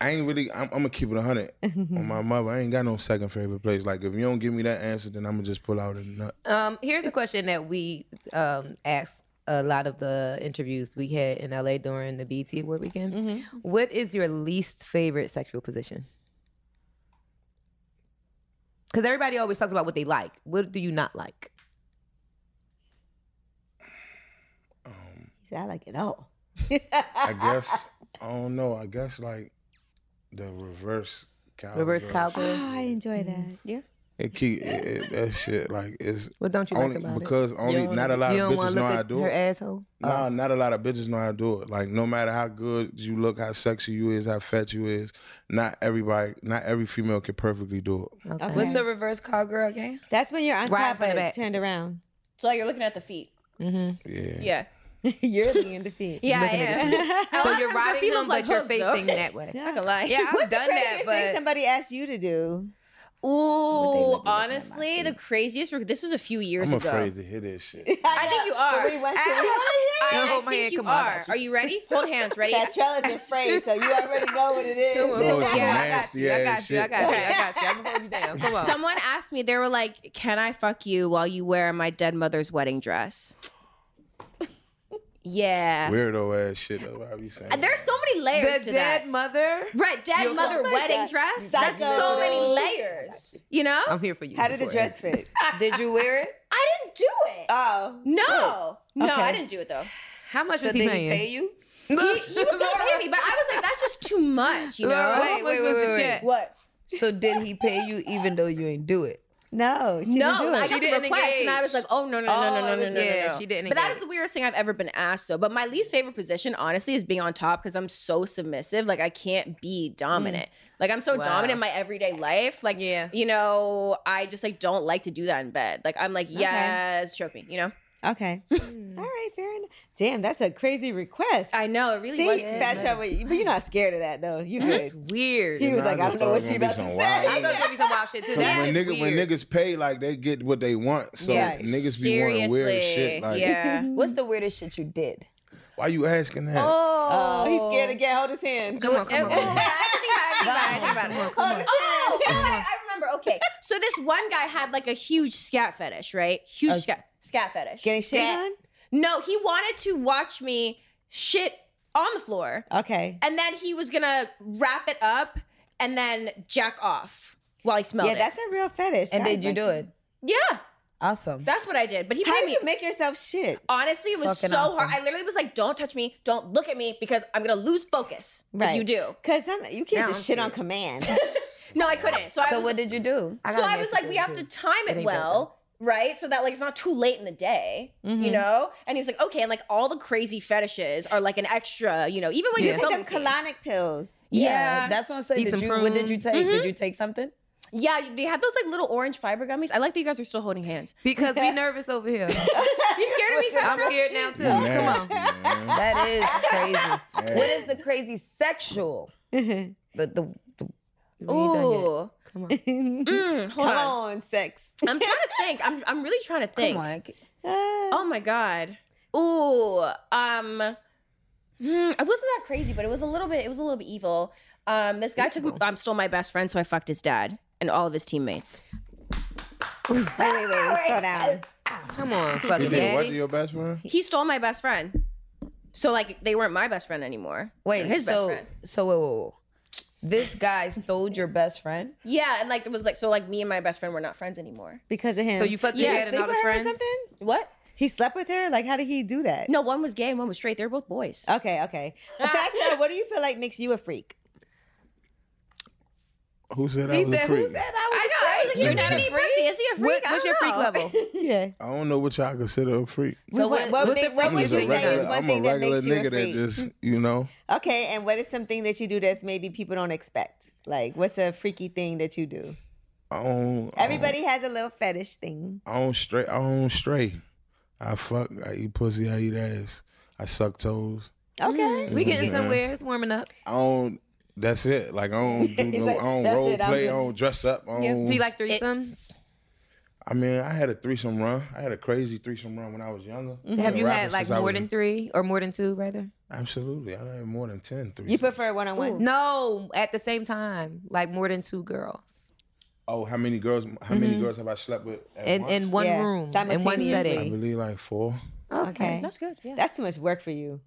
E: I ain't really. I'm, I'm gonna keep it hundred on my mother. I ain't got no second favorite place. Like if you don't give me that answer, then I'm gonna just pull out and nut.
B: Um, here's a question that we um, asked a lot of the interviews we had in LA during the BT Award weekend. What is your least favorite sexual position? Because everybody always talks about what they like. What do you not like?
A: He said, I like it all.
E: I guess. I don't know. I guess like the reverse cow.
B: Reverse cowgirl.
A: Oh, I enjoy that.
E: It keep it, it, that shit like it's
B: What don't you
E: only
B: like about it?
E: because
B: You
E: only
B: don't-
E: not a lot
B: you
E: of
B: don't wanna
E: bitches
B: look
E: know how
B: at
E: to do
B: her
E: it.
B: asshole.
E: Nah, not a lot of bitches know how to do it. Like no matter how good you look, how sexy you is, how fat you is, not everybody, not every female can perfectly do it.
B: Okay.
C: What's the reverse cowgirl game?
A: That's when you're on
B: Right
A: top
B: from the
A: but
B: back.
A: turned around.
D: So like, you're looking at the feet.
E: Yeah.
D: Yeah.
A: Mm-hmm. you're leaning to feet.
D: Yeah, I am. A lot
B: so
D: of
B: you're
D: times my
B: riding
D: feet
B: them,
D: look like
B: but you're
D: hooves, though.
B: facing that way.
D: Not gonna lie.
C: Yeah, I've done that,
A: Craziest thing
C: but
A: somebody asked you to do.
D: Ooh, honestly, the craziest. This was a few years
E: I'm
D: ago.
E: afraid to hear that shit.
D: I think you are.
A: we went to-
D: I, I
B: Hold my
D: think
B: hand,
D: you
B: come on, I
D: are.
B: got you.
D: Are you ready? Hold hands. Ready?
A: That Trella's in phrase, so you already know what it
E: Oh,
A: is.
E: it's
D: Yeah,
B: I got
E: nasty
B: you. I
E: ass
B: got you. I
E: shit.
B: got you. I got you. I'm gonna hold you down. Come on.
D: Someone asked me. They were like, "Can I fuck you while you wear my dead mother's wedding dress?" yeah.
E: Weirdo ass shit. That's what I be saying.
B: Uh,
D: There's so many layers
B: the
D: to
B: dead
D: that.
B: mother.
D: Right, dead mother wedding dress. That's so many layers. You know?
B: I'm here for you.
A: How did the dress fit?
C: did you wear it?
D: I didn't do it.
A: Oh.
D: no. No,
A: Okay.
D: I didn't do it though.
B: How much
C: So
B: was
C: did
B: he
C: he
B: paying?
C: pay you?
D: He, he was gonna pay me, but I was like, that's just too much, you know?
C: Wait, wait, wait, wait, wait.
D: What?
C: So did he pay you even though you ain't do it?
A: No, she didn't do
D: No,
A: it.
D: I got the
B: didn't
D: request, and I was
B: engage.
D: like, "Oh no, no, no,
B: Oh,
D: no,
B: it
D: no, no,
B: was-
D: no,
B: yeah,
D: no.
B: she didn't
D: But that
B: engage.
D: is the weirdest thing I've ever been asked, though. But my least favorite position, honestly, is being on top because I'm so submissive. Like I can't be dominant.
C: Mm.
D: Like I'm so
B: Wow.
D: dominant in my everyday life. Like
B: Yeah.
D: you know, I just like don't like to do that in bed. Like I'm like, yes, choke me. You know?
A: Okay. All right, fair enough. Damn, that's a crazy request.
D: I know it really
A: See,
D: was.
A: Fat Trevor, you- but you're not scared of that, though. You
B: That's
A: good.
B: weird.
A: He was
E: Nah,
A: like, I
E: just
A: don't know what
E: thought
A: she
E: it was
A: about to
E: gonna be
A: say.
E: some
B: I'm gonna give you some wild shit too.
E: 'Cause
B: That
E: when,
B: is
E: nigga, when
B: weird.
E: niggas pay, like they get what they want. So
A: Yeah.
E: niggas be wanting weird shit. Like,
D: yeah.
C: What's the weirdest shit you did?
E: why you asking that?
A: Oh, he's scared again. Hold his hand.
B: Come on, come
D: Oh, wait,
B: on.
D: I have to think about it. I have to think about it. I have to think about it. Oh, I, I remember. Okay, so this one guy had like a huge scat fetish, right? Huge scat scat fetish.
A: Getting shit
D: Scat-
A: on?
D: No, he wanted to watch me shit on the floor,
A: Okay.
D: and then he was gonna wrap it up and then jack off while he smelled
A: Yeah,
D: it.
A: that's a real fetish.
C: And
A: Guys
C: did you
A: like
C: do
A: that.
C: it?
D: yeah.
C: Awesome.
D: That's what I did. But he
F: How
D: paid
F: do
D: me.
F: you make yourself shit?
D: Honestly, it was
C: Fucking
D: so
C: awesome.
D: hard. I literally was like, "Don't touch me. Don't look at me because I'm gonna lose focus if you do."
F: Because you can't
C: Now
F: just
C: I'm
F: shit on command.
D: No, I couldn't. So, I
C: So
D: was,
C: what did you do?
D: so I was like, we have to time it, well, right? So that like it's not too late in the day, you
C: Mm-hmm.
D: know? And he was like, okay, and like all the crazy fetishes are like an extra, you know, even when you
F: Take
D: film
F: them
D: scenes.
F: colonic pills.
C: Yeah,
D: Yeah. Mm-hmm.
C: that's what I'm saying.
B: Eat
C: Did
B: some
C: you, what did you take? Did you take something?
D: Yeah, you- they have those like little orange fiber gummies. I like that you guys are still holding hands.
B: Because we nervous over here.
D: You scared of me?
B: I'm scared now too. Come on.
E: on.
C: That is crazy. What is the crazy sexual? the the
D: Ooh.
B: Come on.
D: Mm, hold
F: Come
D: on.
F: on, sex.
D: I'm trying to think. I'm I'm really trying to think.
C: come on.
F: Uh,
D: Oh my god. Ooh. Um. hmm, I wasn't that crazy, but it was a little bit. It was a little bit evil. Um. This guy took. I'm still my best friend, so I fucked his dad and all of his teammates.
F: Wait, wait, wait. Slow down.
B: Come on.
E: You
B: Fucking
E: did what to
B: daddy.
E: your best friend?
D: He stole my best friend. So like they weren't my best friend anymore.
C: Wait,
D: His
C: his
D: best
C: so
D: friend.
C: so wait, wait, wait. this guy stole your best friend.
D: Yeah, and like it was like so like me and my best friend were not friends anymore.
F: Because of him.
B: So you fucked
F: Did
B: your
F: he
B: dad and
F: sleep
B: all
F: with
B: his
F: her or
B: friends?
F: something?
D: What?
F: He slept with her? Like, how did he do that?
D: No, one was gay and one was straight. They were both boys.
F: Okay, okay. Natasha, what do you feel like makes you a freak?
E: Who said I
B: He
E: was a
B: said,
E: freak?
B: who said I was a freak?
E: You're not a
D: Pussy, is he a freak?
B: What-
D: I don't
B: what's your freak
D: know.
B: level?
F: Yeah.
E: I don't know what y'all consider a freak.
C: So
F: what,
C: what?
F: what,
C: what's
F: make-
C: the
F: what
E: I'm
F: would
E: just
F: you
E: a
F: say is
E: regular,
F: one
E: I'm a
F: thing that
E: regular
F: makes you a
E: nigga that
F: freak?
E: just, you know.
F: Okay, and what is something that you do that's maybe people don't expect? Like, what's a freaky thing that you do?
E: I don't.
F: Everybody has a little fetish thing.
E: I don't stray. I don't stray. I fuck. I eat pussy. I eat ass. I suck toes.
F: Okay.
B: Mm.
A: Mm-hmm.
B: We getting
E: Yeah.
B: somewhere. It's warming up.
E: I don't. That's it. Like I don't do no.
C: like,
E: I don't
C: "That's
E: role
C: it, I'm
E: play. I
C: good."
E: don't dress up. I don't.
B: Do you like threesomes?
E: I mean, I had a threesome run. I had a crazy threesome run when I was younger.
C: Mm-hmm.
E: I've
B: Mm-hmm. Have
E: been
B: you
E: rapping
B: had like
E: since I
B: more
E: was-
B: than three or more than two, rather?
E: Absolutely, I done had more than ten threesomes.
F: You prefer one on one?
B: No, at the same time, like more than two girls
E: oh, how many girls? How many girls have I slept with? At
B: Mm-hmm. in
E: once?
B: in one
F: Yeah,
B: room, in one
E: I
B: setting.
F: simultaneously.
E: believe like four.
F: Okay.
D: That's good. Yeah.
F: That's too much work for you.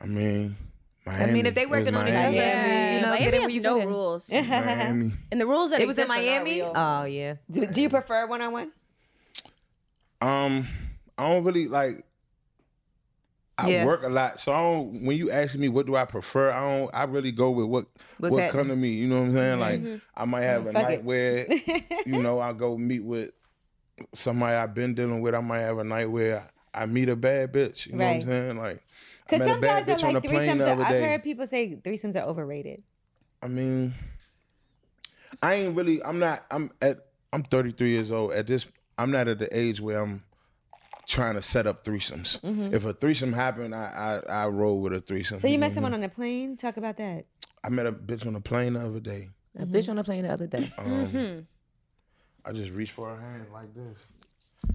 E: I mean,
B: I
E: Miami.
B: mean, if they
E: It was
B: working on each other,
E: Miami.
B: you know, get
D: Miami
B: it where
D: has
B: you
D: no
B: fit in.
D: rules.
E: Miami.
D: And the rules that
B: It was in
D: exist are not
B: Miami.
D: real.
B: Oh yeah.
F: Do, do you prefer one on one?
E: Um, I don't really like. I
B: Yes.
E: work a lot, so I don't. When you ask me what do I prefer, I don't. I really go with what
B: What's Mm-hmm.
E: what
B: happening?
E: come to me. You know what I'm saying? Like I might have a
F: Mm-hmm. fuck
E: night
F: it.
E: where you know I go meet with somebody I've been dealing with. I might have a night where I, I meet a bad bitch. You know what
F: Right.
E: I'm saying? Like I
F: Because
E: met a
F: some guys
E: bad
F: are
E: bitch on the
F: like
E: plane
F: threesomes.
E: the
F: Are,
E: other
F: I've
E: day.
F: heard people say threesomes are overrated.
E: I mean, I ain't really. I'm not. I'm at. I'm 33 years old. At this, I'm not at the age where I'm trying to set up threesomes. If a threesome happened, I I, I roll with a threesome.
F: Mm-hmm. So you met
E: know
F: someone
E: what
F: on the plane? Talk about that.
E: I mean? I met a bitch on the plane the other day.
B: A bitch on the plane the other day.
E: Um,
F: Mm-hmm.
E: I just reached for her hand like this.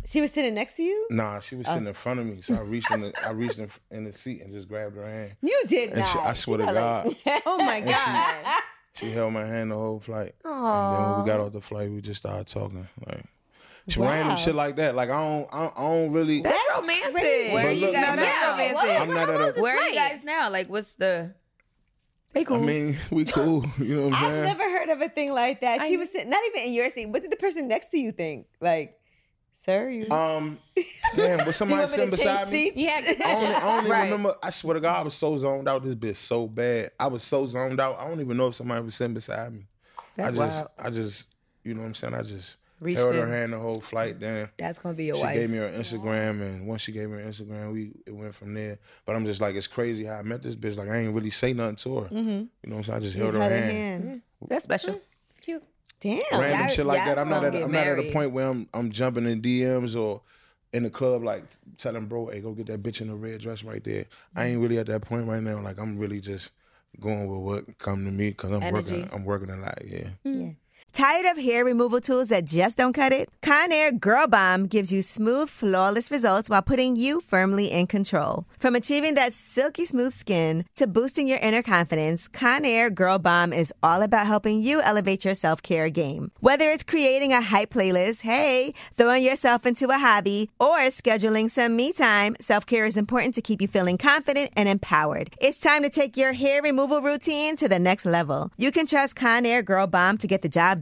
F: She was sitting next to you.
E: Nah, she was sitting in front of me, so I reached in the I reached in, in the seat and just grabbed her hand.
F: You did
E: And
F: not.
E: she, I swear to God,
D: Oh my
E: And she-
D: god.
E: she held my hand the whole flight. And then when we got off the flight, we just started talking. Like she random shit like that. Like I don't, I don't, I don't really.
B: That's romantic.
C: Where are
E: But
C: you
E: look,
C: guys
E: I'm not-
C: now?
E: I'm not at a.
C: Where are you guys now? Like, what's the?
B: They cool.
E: I mean, we cool. You know what I'm
F: I've
E: saying?
F: never heard of a thing like that. She was sitting, not even in your seat. What did the person next to you think? Like, sir, you.
E: Um,
F: do
E: damn, was
F: you
E: somebody
F: want me
E: sitting
F: to change
E: beside me?
F: seats?
E: I don't, I don't even
B: Right.
E: remember. I swear to God, I was so zoned out. This bitch so bad. I was so zoned out. I don't even know if somebody was sitting beside me.
B: That's
E: I just,
B: wild.
E: I just, you know what I'm saying? I just
B: Reached
E: held her
B: in.
E: hand the whole flight. Then
C: That's gonna be your
E: she
C: wife.
E: gave me her Instagram, and once she gave me her Instagram, we it went from there. But I'm just like, it's crazy how I met this bitch. Like I ain't really say nothing to
B: Mm-hmm.
E: her.
C: Mm-hmm.
E: You know what I'm saying? I just held her
F: Held her
E: hand.
F: hand.
B: That's special.
F: Damn.
E: random
C: Y'all-
E: shit like that.
C: y'all's
E: I'm not
C: gonna
E: at
C: get
E: I'm not at a
C: married.
E: point where I'm I'm jumping in DMs or in the club like telling bro, hey, go get that bitch in the red dress right there. I ain't really at that point right now. Like I'm really just going with what come to me because I'm working.
C: Energy.
E: I'm working a lot. Yeah.
A: Tired of hair removal tools that just don't cut it? Conair Girl Bomb gives you smooth, flawless results while putting you firmly in control. From achieving that silky smooth skin to boosting your inner confidence, Conair Girl Bomb is all about helping you elevate your self care game. Whether it's creating a hype playlist, hey, throwing yourself into a hobby, or scheduling some me time, self care is important to keep you feeling confident and empowered. It's time to take your hair removal routine to the next level. You can trust Conair Girl Bomb to get the job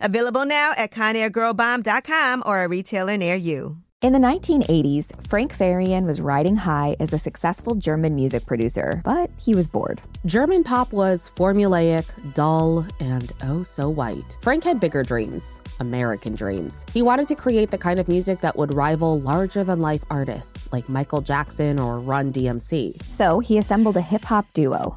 A: Available now at conairgirlbomb.com or a retailer near you.
G: In the 1980s, Frank Farian was riding high as a successful German music producer, but he was bored.
H: German pop was formulaic, dull, and oh so white. Frank had bigger dreams, American dreams. He wanted to create the kind of music that would rival larger than life artists like Michael Jackson or Run DMC.
G: So he assembled a hip hop duo,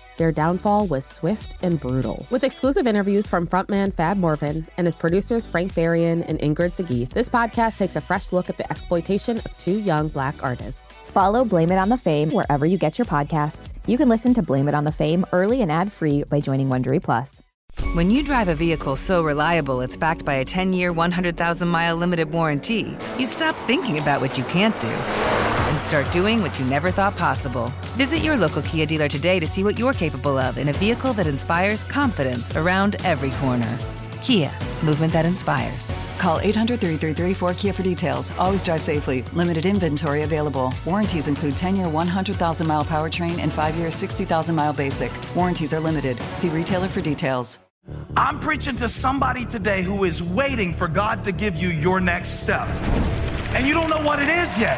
H: their downfall was swift and brutal. With exclusive interviews from frontman Fab Morvan and his producers Frank Farian and Ingrid Sagi, this podcast takes a fresh look at the exploitation of two young black artists.
G: Follow Blame It on the Fame wherever you get your podcasts. You can listen to Blame It on the Fame early and ad free by joining Wondery Plus.
I: When you drive a vehicle so reliable it's backed by a 10 year, 100,000 mile limited warranty, you stop thinking about what you can't do and start doing what you never thought possible. Visit your local Kia dealer today to see what you're capable of in a vehicle that inspires confidence around every corner. Kia, movement that inspires.
J: Call 800 333 4KIA for details. Always drive safely. Limited inventory available. Warranties include 10 year 100,000 mile powertrain and 5 year 60,000 mile basic. Warranties are limited. See retailer for details.
K: I'm preaching to somebody today who is waiting for God to give you your next step. And you don't know what it is yet.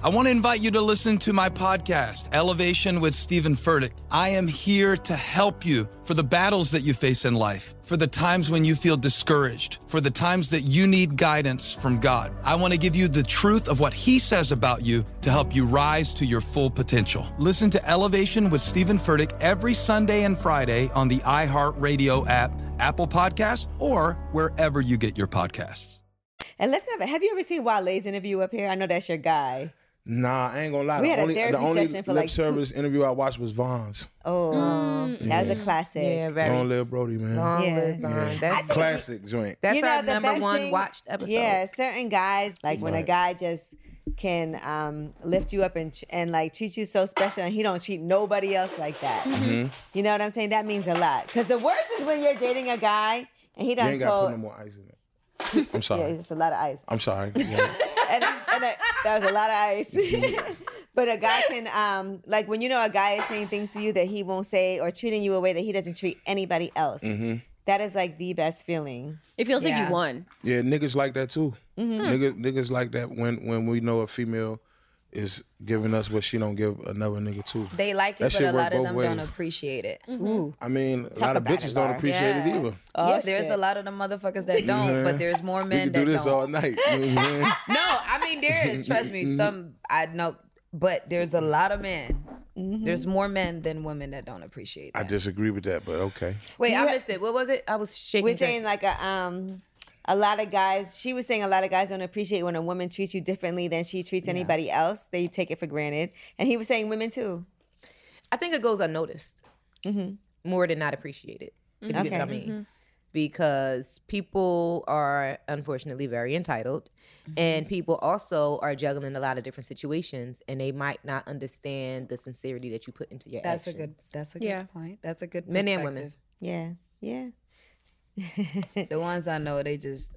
L: I want to invite you to listen to my podcast, Elevation with Stephen Furtick. I am here to help you for the battles that you face in life, for the times when you feel discouraged, for the times that you need guidance from God. I want to give you the truth of what He says about you to help you rise to your full potential. Listen to Elevation with Stephen Furtick every Sunday and Friday on the iHeartRadio app, Apple Podcasts, or wherever you get your podcasts.
A: And let's never have you ever seen Wale's interview up here? I know that's your guy.
E: Nah, I ain't gonna lie.
A: We
E: the
A: had a
E: only,
A: therapy
E: the only
A: session for,
E: lip
A: like, two-
E: service interview I watched was Vaughn's.
A: Oh, that's a classic.
B: Mm. Yeah, very
E: Long live Brody, man.
B: long
A: Yeah.
B: live Vaughn.
E: Yeah.
B: That's,
E: Classic joint.
B: that's
A: You know,
B: our
A: the
B: number
A: best
B: one
A: thing-
B: watched episode.
A: Yeah, certain guys like when a
E: Right.
A: guy just can um, lift you up and tr- and like treat you so special, and he don't treat nobody else like that.
E: Mm-hmm.
A: You know what I'm saying? That means a lot. Because the worst is when you're dating a guy and he
E: You
A: done
E: ain't gotta put
A: told.
E: no more ice in it. I'm
A: yeah,
E: sorry.
A: it's a lot of ice.
E: I'm sorry. Mm-hmm. Yeah.
A: and, and I, that was a lot of ice. but a guy can, um, like when you know a guy is saying things to you that he won't say or treating you a way that he doesn't treat anybody else. That is like the best feeling.
D: It feels like
C: Yeah.
D: you won.
E: Mm-hmm. Yeah, niggas like that too. Niggas, niggas like that when when we know a female is giving us what she don't give another nigga too.
C: They like it, but
E: That shit
C: a lot
E: work
C: of
E: both
C: them
E: ways.
C: don't appreciate it.
E: I mean, a lot of
A: about it,
E: bitches don't
A: Laura.
E: appreciate it either.
A: Oh,
C: yeah, there's a
A: shit.
C: lot of the motherfuckers that don't, but there's more
E: We
C: men
E: could
C: that
E: do this uh,
C: don't.
E: all night. You know what I'm saying?
C: No, I mean there is. Trust
E: Mm-hmm.
C: me, some I know, but there's a lot of men. There's more men than women that don't appreciate.
E: I
C: That.
E: disagree with that, but okay.
C: Wait, I missed it. What was it? I was shaking.
A: We're
C: the-
A: saying like a um a lot of guys she was saying a lot of guys don't appreciate when a woman treats you differently than she treats anybody else. They take it for granted. And he was saying women too.
B: I think it goes unnoticed
C: Mm-hmm.
B: more than not appreciated. If you get what I
A: Okay.
B: mean. Because people are unfortunately very entitled,
C: Mm-hmm.
B: and people also are juggling a lot of different situations, and they might not understand the sincerity that you put into your
C: that's a
B: actions.
C: good. That's a good
D: Yeah.
C: point. That's a good.
B: Men and women.
C: perspective.
A: Yeah. Yeah.
C: The ones I know, they just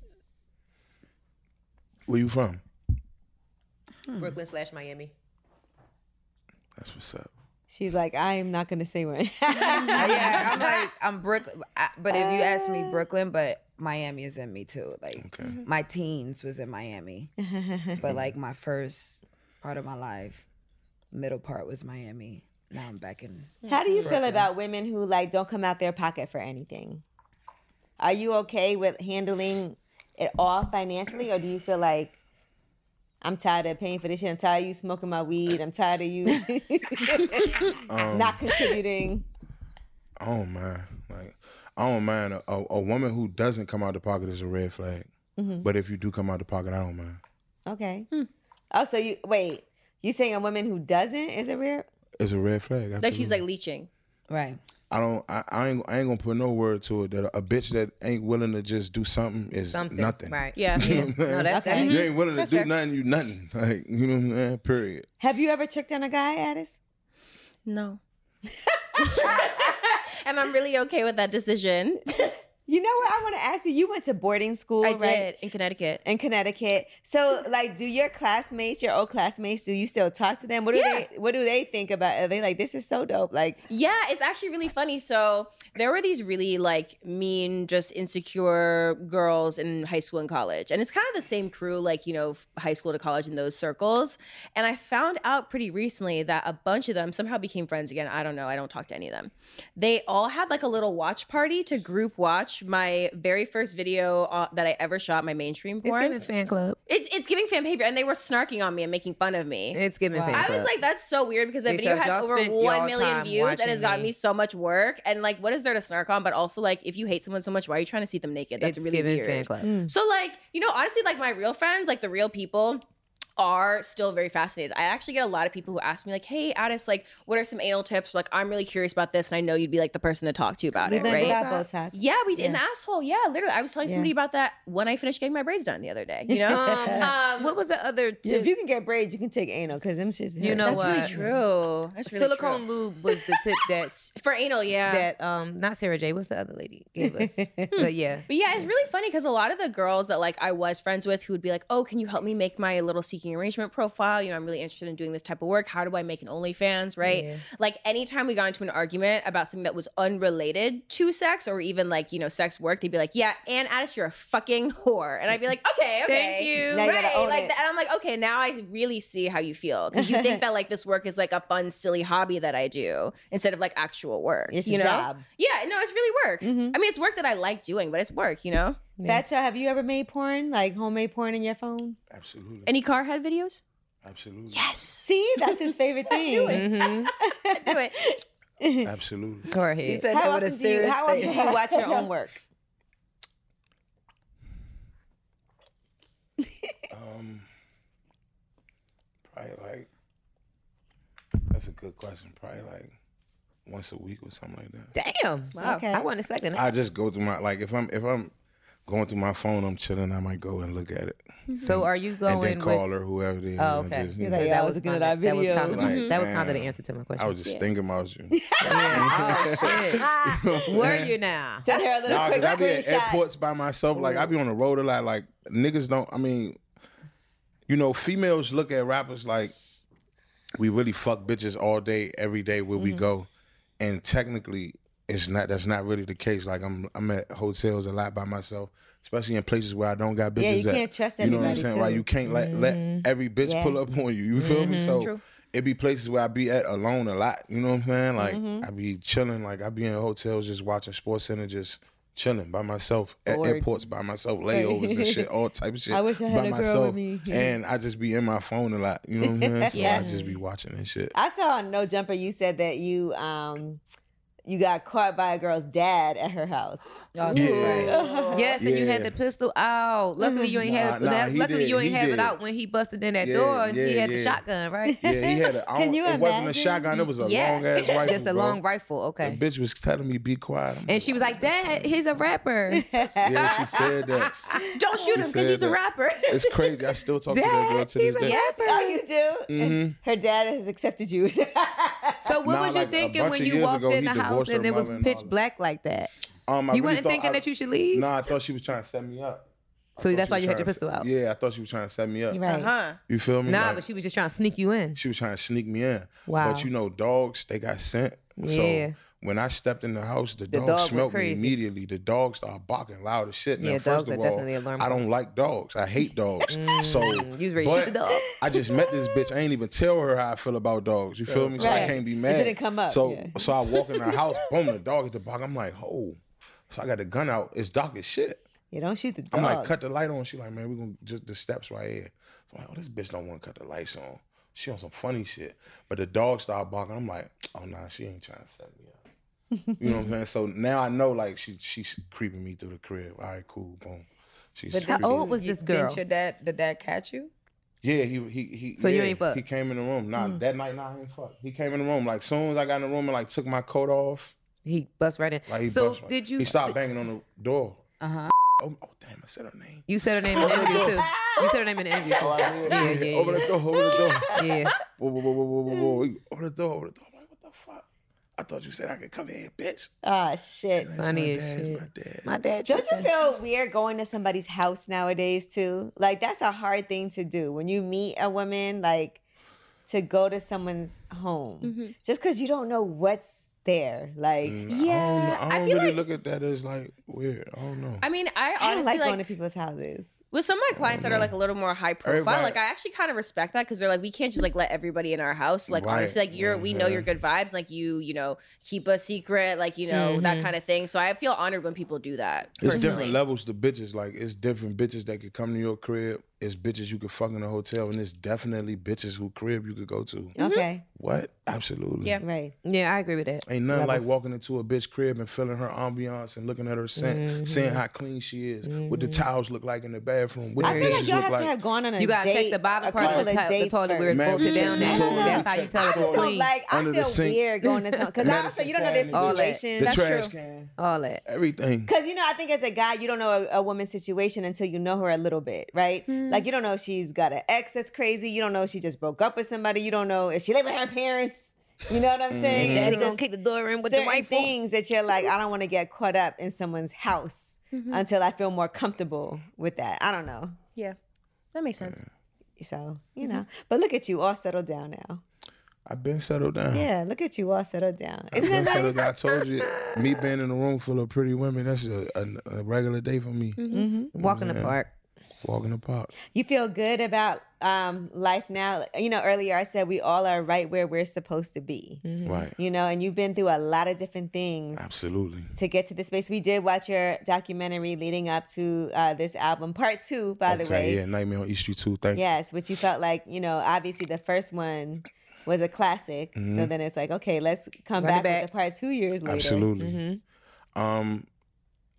E: Where you from?
A: Hmm.
B: Brooklyn slash Miami.
E: That's what's up.
A: She's like, I am not gonna say where.
C: yeah, I'm like I'm Brooklyn, but if you ask me, Brooklyn, but Miami is in me too. Like
D: Mm-hmm.
C: my teens was in Miami, but like my first part of my life, middle part was Miami. Now I'm back in.
A: How do you feel about women who like don't come out their pocket for anything? Are you okay with handling it all financially, or do you feel like I'm tired of paying for this shit? I'm tired of you smoking my weed. I'm tired of you
E: Um,
A: not contributing.
E: I don't mind. Like I don't mind a, a, a woman who doesn't come out the pocket is a red flag.
A: Hmm. Mm-hmm.
E: But if you do come out the pocket, I don't mind.
A: Okay.
D: Hmm.
A: Oh, so you wait. You saying a woman who doesn't is a rare?
E: It's a red flag.
D: Like she's
E: absolutely.
D: like leeching.
C: Right.
E: I don't. I, I ain't. I ain't gonna put no word to it. That a bitch that ain't willing to just do something is
B: Something.
E: nothing.
B: Right.
D: Yeah.
E: You know what I'm
B: No,
E: saying?
B: that's
A: Okay.
E: you ain't willing to do nothing. You nothing. Like you know what I'm saying. Period.
A: Have you ever tricked on a guy, Addis?
D: No. and I'm really okay with that decision.
A: You know what I want to ask you? You went to boarding school,
D: I
A: right?
D: did in Connecticut.
A: in Connecticut. So, like, do your classmates, your old classmates, do you still talk to them? What do
D: Yeah.
A: they What do they think about? Are they like, this is so dope? Like,
D: Yeah, it's actually really funny. So there were these really like mean, just insecure girls in high school and college. And it's kind of the same crew, like, you know, f- high school to college in those circles. And I found out pretty recently that a bunch of them somehow became friends again. I don't know. I don't talk to any of them. They all had like a little watch party to group watch my very first video uh, that I ever shot, my mainstream porn.
B: fan club.
D: It's it's giving fan behavior, and they were snarking on me and making fun of me.
B: It's giving fan
D: I
B: club.
D: was like, that's so weird because the video
B: Because
D: has
B: y'all
D: over
B: spent
D: one
B: y'all
D: million
B: time
D: views and has
B: watching
D: gotten
B: me.
D: me so much work. And like, what is there to snark on? But also, like, if you hate someone so much, why are you trying to see them naked? That's
B: it's
D: really
B: giving
D: weird.
B: fan club.
D: So like, you know, honestly, like my real friends, like the real people are still very fascinated. I actually get a lot of people who ask me like, "Hey, Addis, like what are some anal tips? Like I'm really curious about this and I know you'd be like the person to talk to about
A: we
D: it,
A: learned
D: right?"
A: about Botox.
D: Yeah, we did. In the asshole. Yeah, literally. I was telling somebody about that when I finished getting my braids done the other day. You know, um,
B: What was the other two?
A: If you can get braids, you can take anal because them shits.
B: You
A: hurt.
B: know
D: that's
B: what?
D: really
A: Oh,
D: true. That's really
B: Silicone lube was the tip that
D: true. for anal. Yeah.
B: that um not Sarah J. What's the other lady gave us? but yeah,
D: But yeah, it's really funny because a lot of the girls that like I was friends with who would be like, "Oh, can you help me make my little seeking arrangement profile? You know, I'm really interested in doing this type of work. How do I make an OnlyFans?" Right? Like anytime we got into an argument about something that was unrelated to sex or even like you know sex work, they'd be like, "Yeah, and Addis, you're a fucking whore," and I'd be like, "Okay, okay,
B: Thank you.
A: Now you gotta
D: right?"
A: own
D: like,
A: it.
D: that, and I'm like, "Okay, now I really see how you feel because you think that like this work is like a fun, silly hobby that I do instead of like actual work.
A: It's a
D: you know?
A: job.
D: Yeah, no, it's really work.
A: Mm-hmm.
D: I mean, it's work that I like doing, but it's work, you know?
A: Fatcha, have you ever made porn, like homemade porn in your phone?
E: Absolutely.
D: Any car head videos?
E: Absolutely.
D: Yes.
A: See, that's his favorite thing.
D: Do it.
E: Absolutely.
B: go ahead.
A: How often, do you, how often do you watch your own work?
E: Um, probably like. That's a good question. Probably like once a week or something like that.
B: Damn. Wow.
A: Okay.
B: I wasn't expecting that.
E: I just go through my like if I'm if I'm going through my phone, I'm chilling. I might go and look at it
B: So are you
E: and
B: going
E: then call
B: with?
E: her whoever it is.
B: Oh,
E: and
B: okay.
E: just,
B: You're
E: know,
A: like, Yeah, it Mm-hmm. was a good
B: kinda- That was
A: idea.
B: kind of
E: Like,
B: that was kind of the
E: damn.
B: answer to my
E: I
B: question.
E: was just thinking about you.
B: Yeah. oh shit. Where are you now?
A: Send her a little
E: Nah,
A: quick
E: cause I be at
A: screenshot.
E: airports by myself. Like I be on the road a lot. Like niggas don't. I mean, you know, females look at rappers like we really fuck bitches all day, every day where
A: Mm-hmm.
E: we go, and technically, it's not. That's not really the case. Like I'm, I'm at hotels a lot by myself, especially in places where I don't got bitches.
A: Yeah, you
E: at.
A: can't trust
E: You know what I'm
A: everybody,
E: saying? Right?
A: too. Mm-hmm.
E: You can't let let every bitch
A: Yeah. Mm-hmm.
E: pull up on you. You feel me? So. It be places where I be at alone a lot. You know what I'm saying? Like
A: Mm-hmm.
E: I be chilling. Like I be in hotels just watching Sports Center, just chilling by myself at airports by myself, layovers and shit, all type of shit.
A: I wish I had
E: by
A: a girl
E: myself.
A: with me.
E: and I just be in my phone a lot. You know what I'm saying? So I just be watching and shit.
A: I saw on No Jumper you said that you um you got caught by a girl's dad at her house.
D: Oh,
B: Yes, and you had
E: Yeah.
B: the pistol out. Oh, Luckily, you ain't
E: Nah,
B: had.
E: nah,
B: that-
E: he
B: luckily,
E: did,
B: you ain't
E: he
B: have
E: did.
B: it out when he busted in that
E: Yeah,
B: door. he
E: yeah,
B: had the
E: yeah.
B: shotgun, right?
E: Yeah, he had a. I don't-
A: you
E: it wasn't a
A: imagine?
E: shotgun. It was a
B: Yeah.
E: long ass rifle.
B: Just a
E: bro.
B: long rifle.
E: The
B: Okay.
E: bitch was telling me be quiet. I'm
B: And she was like, "Dad, he's a rapper."
E: yeah, she said that.
D: Don't shoot him because
E: said
D: he's a
E: that.
D: rapper.
E: It's crazy. I still talk to that girl to this day. Mm-hmm.
A: Oh, you do? And Her dad has accepted you.
B: So what
E: Nah,
B: was you
E: like, a
B: thinking
E: bunch
B: when
E: of
B: you
E: years
B: walked
E: ago,
B: in
E: he
B: the house
E: divorced her
B: and it was
E: mother and
B: pitch
E: all that.
B: black like that?
E: Um, I
B: you
E: really
B: weren't
E: thought
B: thinking
E: I-
B: that you should leave.
E: No, I thought she was trying to set me up. I
B: So
E: thought
B: that's
E: she
B: why
E: was
B: you
E: trying
B: had your
E: to
B: pistol
E: se-
B: out?
E: Yeah, I thought she was trying to set me up.
A: You're right.
D: Huh.
E: You feel me?
B: Nah,
E: Like,
B: but she was just trying to sneak you in.
E: she was trying to sneak me in.
B: Wow.
E: But you know, dogs, they got scent.
B: Yeah.
E: So when I stepped in the house, the, dog,
B: dog went
E: smelled me
B: crazy.
E: immediately. The dog started barking loud as shit.
B: Yeah,
E: now,
B: dogs
E: first of
B: are
E: all,
B: definitely alarm
E: I don't like dogs. I hate dogs. so
B: you was ready to shoot the
E: but
B: dog.
E: I just met this bitch. I ain't even tell her how I feel about dogs. You feel me? So I
A: Right.
E: can't be
A: It
E: mad.
A: didn't come up,
E: So
A: yeah.
E: so I walk in the house, boom, the dog at the bark. I'm like, oh. So I got the gun out. It's dark as shit.
A: You don't shoot the dog.
E: I'm like, cut the light on. She like, man, we gonna just the steps right here. So I'm like, oh, this bitch don't want to cut the lights on. She on some funny shit. But the dog started barking. I'm like, oh nah, she ain't trying to set me up. You know what I'm saying? So now I know like she she's creeping me through the crib. All right, cool, boom. She's
B: But how
E: creeping-
B: old was
C: You-
B: this girl?
C: Didn't your dad, did dad catch you?
E: Yeah, he he he.
B: So you
E: yeah,
B: ain't fuck? Hmm.
E: He came in the room. Nah, that night, nah, I ain't fuck. He came in the room. Like soon as I got in the room and like took my coat off,
B: He bust right in.
E: like he
B: so
E: bust my-
B: did you?
E: He stopped
B: st-
E: banging on the door.
C: Uh huh.
E: Oh, oh damn, I said her name.
B: you said her name in the interview too. You said her name in the interview. Too. yeah, yeah, yeah.
E: Open the door. Open the door.
B: yeah.
E: whoa, whoa, whoa, whoa, whoa, whoa, whoa. You Over the door, over the door. I'm like, what the fuck? I thought you said I could come in, bitch.
A: Ah, shit.
E: That's
B: Funny
E: my
B: as
E: dad,
B: shit.
E: My dad.
B: My dad.
A: Don't you feel weird going to somebody's house nowadays too? Like that's a hard thing to do when you meet a woman, like to go to someone's home
B: Mm-hmm.
A: just because you don't know what's there. Like
B: Mm,
D: Yeah,
E: Mm, I don't,
D: I
E: I don't
D: feel
E: really
D: like-
E: look at that as like weird. I don't know.
D: I mean, I
A: I don't
D: honestly
A: like,
D: like,
A: going to people's houses.
D: with some of my clients that are like a little more high profile.
E: Oh, Everybody-
D: Like I actually kind of respect that because they're like, we can't just like let everybody in our house. Like
E: Right, Mm-hmm.
D: honestly, like you're, we know
E: yeah.
D: your good vibes. Like you, you know, keep a secret. Like you know that kind of thing. So I feel honored when people do that.
E: It's
D: personally.
E: different levels to bitches. Like it's different bitches that could come to your crib. It's bitches you could fuck in a hotel, and it's definitely bitches who crib you could go to.
A: Okay,
E: What? Absolutely.
D: Yeah.
A: right.
B: Yeah, I agree with that.
E: Mm-hmm. Ain't nothing
B: Levels.
E: like walking into a bitch crib and feeling her ambiance and looking at her scent, seeing how clean she is, what the towels look like in the bathroom, what
A: Mm-hmm. I
E: the
A: feel like
E: dishes
A: y'all
E: look
A: have
E: like.
A: to have gone on a
B: You gotta
A: date,
B: check the bottom
A: a
B: part of
A: couple
B: the, ta- the
A: dates
B: toilet where
A: first.
B: it's
E: Man,
B: bolted down.
E: no,
B: There.
E: no, no.
B: That's how you tell
A: I
B: if
A: just
B: it's
A: don't
B: clean.
A: like. I
E: Under the
A: feel
E: sink.
A: weird going to some because I also you don't know their
E: Medicine cabinet.
A: situation.
E: the trash can,
B: All that.
E: everything.
A: Because you know, I think as a guy, you don't know a, a woman's situation until you know her a little bit, right?
E: Hmm.
A: Like you don't know if she's got an ex that's crazy. You don't know if she just broke up with somebody. You don't know if she lived with her parents. You know what I'm
E: Mm-hmm.
A: saying? Daddy gonna kick the door in with certain the things that you're like, I don't want to get caught up in someone's house
E: Mm-hmm.
A: until I feel more comfortable with that. I don't know.
D: Yeah, that makes sense.
A: So you
B: Mm-hmm.
A: know, but look at you all settled down now.
E: I've been settled down.
A: Yeah, look at you all settled down.
E: I've
A: Isn't
E: been
A: that
E: settled
A: nice?
E: down. Uh-huh. I told you, me being in a room full of pretty women, that's a, a, a regular day for me.
A: Mm-hmm.
B: Walk in the park.
E: Walking the park.
A: You feel good about um, life now. You know, earlier I said we all are right where we're supposed to be.
B: Mm-hmm.
E: Right.
A: You know, and you've been through a lot of different things
E: Absolutely.
A: to get to this space. We did watch your documentary leading up to uh, this album, part two, by the way.
E: yeah, Nightmare on East Street 2. Thank you.
A: Yes, which you felt like, you know, obviously the first one was a classic.
E: Mm-hmm.
A: So then it's like, okay, let's come
B: Run
A: back, with
B: it back. Mm-hmm.
A: the part two years later.
E: Absolutely. Um,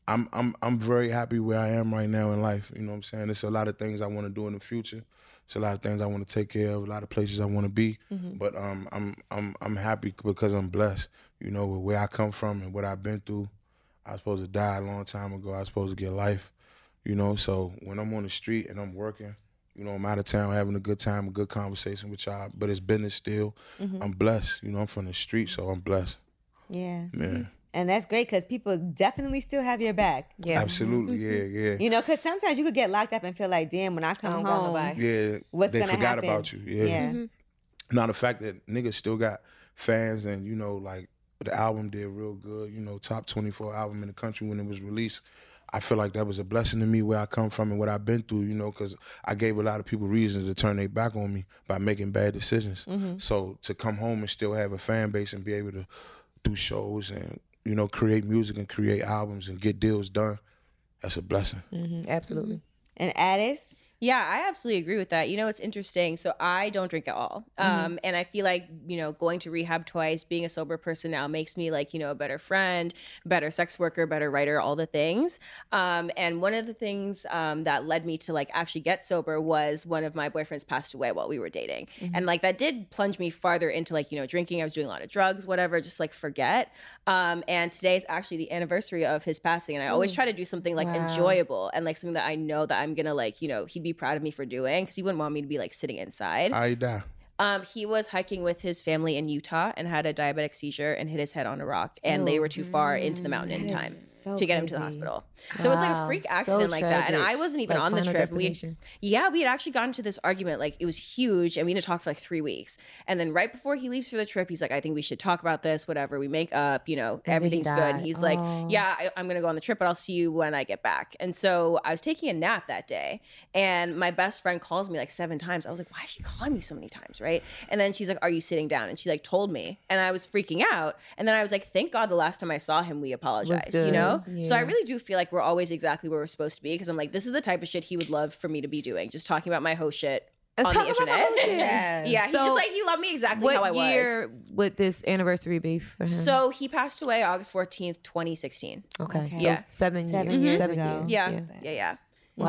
E: I'm I'm I'm very happy where I am right now in life. You know what I'm saying? It's a lot of things I want to do in the future. It's a lot of things I want to take care of. A lot of places I want to be. But um, I'm I'm I'm happy because I'm blessed. You know, with where I come from and what I've been through. I was supposed to die a long time ago. I was supposed to get life. You know, so when I'm on the street and I'm working, you know, I'm out of town having a good time, a good conversation with y'all. But it's business still. I'm blessed. You know, I'm from the street, so I'm blessed.
A: Yeah.
E: Man.
A: And that's great because people definitely still have your back.
B: Yeah.
E: Absolutely, yeah, yeah,
A: You know, because sometimes you could get locked up and feel like, damn, when I come
B: don't got
A: home,
B: nobody.
E: yeah.
A: what's
E: they
A: gonna
E: forgot
A: happen?
E: about you. Yeah.
A: Yeah.
D: Mm-hmm.
E: Now the fact that niggas still got fans and you know like the album did real good. You know, top twenty four album in the country when it was released. I feel like that was a blessing to me where I come from and what I've been through. You know, because I gave a lot of people reasons to turn their back on me by making bad decisions.
A: Mm-hmm.
E: So to come home and still have a fan base and be able to do shows and you know create music and create albums and get deals done, that's a blessing.
A: Mm-hmm.
B: Mhm, Absolutely.
A: And Addis,
D: Yeah, I absolutely agree with that. You know, it's interesting. So I don't drink at all.
A: Mm-hmm.
D: Um, and I feel like, you know, going to rehab twice, being a sober person now makes me like, you know, a better friend, better sex worker, better writer, all the things. Um, and one of the things um, that led me to like actually get sober was one of my boyfriends passed away while we were dating.
A: Mm-hmm.
D: And like that did plunge me farther into like, you know, drinking. I was doing a lot of drugs, whatever, just like forget. Um, and today is actually the anniversary of his passing. And I always try to do something like enjoyable and like something that I know that I'm gonna like, you know, he'd be proud of me for doing because he wouldn't want me to be like sitting inside.
E: I die.
D: Um, he was hiking with his family in Utah and had a diabetic seizure and hit his head on a rock, and
F: Oh,
D: they were too far into the mountain in time to get him to the hospital. So it was like a
F: Wow,
D: freak
F: so
D: accident like that, and
F: tragic.
D: I wasn't even
F: Like
D: on the
F: Final
D: trip. We had-
F: Destination.
D: yeah, we had actually gotten to this argument like it was huge, and we didn't talk for like three weeks. And then right before he leaves for the trip, he's like, "I think we should talk about this. Whatever, we make up. You know,
F: then he
D: everything's good." And
F: died.
D: he's like,
F: Oh.
D: "Yeah, I, I'm gonna go on the trip, but I'll see you when I get back." And so I was taking a nap that day, and my best friend calls me like seven times. I was like, why is she calling me so many times? Right. And then she's like, are you sitting down? And she like told me. And I was freaking out. And then I was like, thank God the last time I saw him, we apologized, you
F: good.
D: know? So I
F: Yeah.
D: really do feel like we're always exactly where we're supposed to be because I'm like, this is the type of shit he would love for me to be doing, just talking about my hoe shit. On the
F: Talking about my
D: internet.
F: hoe shit.
D: yeah. He
B: So
D: just like, he loved me exactly how I
B: What
D: was.
B: year would this anniversary be for him?
D: So
F: Mm-hmm.
D: he passed away August 14th, 2016.
B: okay, so
D: Yeah.
B: seven,
F: Seven
B: years,
F: years
B: seven
F: ago.
B: years.
D: Yeah. Yeah. Yeah.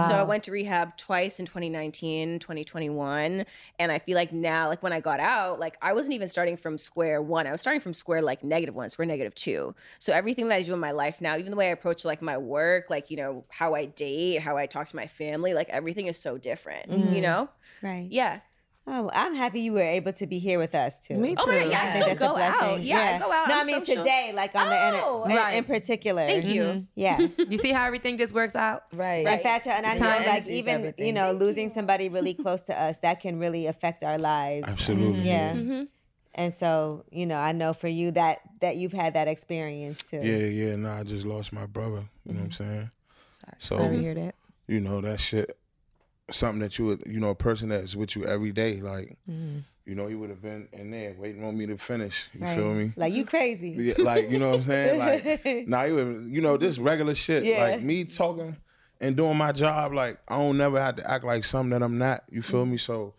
D: So I went to rehab twice in 2019, 2021. And I feel like now, like when I got out, like I wasn't even starting from square one. I was starting from square like negative one, square negative two. So everything that I do in my life now, even the way I approach like my work, like, you know, how I date, how I talk to my family, like everything is so different,
A: Mm-hmm.
B: Mm-hmm.
D: you know?
F: Right.
D: Yeah.
F: Oh, well, I'm happy you were able to be here with us too.
B: Me
D: Oh my
B: too.
D: God, yeah, I
F: think
D: still
F: that's a
D: go out.
F: blessing.
D: Yeah, I go out.
F: No,
D: I'm
F: I mean
D: social.
F: today, like on the
D: Oh,
F: inter- in-
D: right.
F: in particular.
D: Thank you.
A: Mm-hmm.
F: Yes.
B: You see how everything just works out?
C: Right.
F: And Fatia, and I
C: Time
F: know, like,
C: is
F: even you
C: everything.
F: know, losing somebody really close to us, that can really affect our lives.
E: Absolutely.
F: Yeah. And so, you know, I know for you that that you've had that experience too.
E: Yeah, yeah. No, I just lost my brother. You know what I'm saying?
C: Sorry.
E: So
B: Sorry to hear that.
E: you know that shit. Something that you would, you know, a person that's with you every day, like, you know, he would have been in there waiting on me to finish. You
F: Right.
E: feel me?
F: Like you crazy.
E: Yeah, like you know what I'm saying? Like nah, you, you know this regular shit.
F: Yeah.
E: Like me talking and doing my job. Like I don't never have to act like something that I'm not. You feel
F: Mm.
E: me? So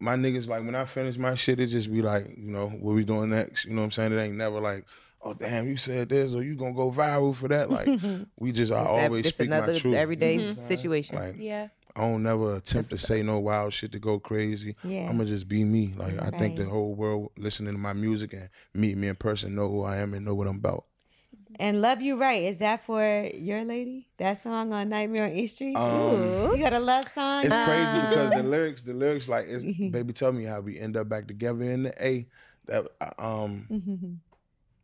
E: my niggas like when I finish my shit, it just be like you know what we doing next. You know what I'm saying? It ain't never like oh damn you said this or you gonna go viral for that. Like we just I
B: It's ev-
E: always
B: it's
E: speak my
B: another
E: truth.
B: everyday
F: Mm-hmm.
E: You know what I'm saying?
B: situation.
E: Like
D: Yeah.
E: I don't never attempt to say no wild shit to go crazy.
F: Yeah.
E: I'ma just be me. Like I think the
F: Right.
E: whole world listening to my music and meeting me in person know who I am and know what I'm about.
F: And Love You Right, is that for your lady? That song on Nightmare on East Street?
E: Um,
F: you got a love song?
E: It's crazy because the lyrics, the lyrics like it's, baby tell me how we end up back together in the A. That uh, um
F: Mm-hmm.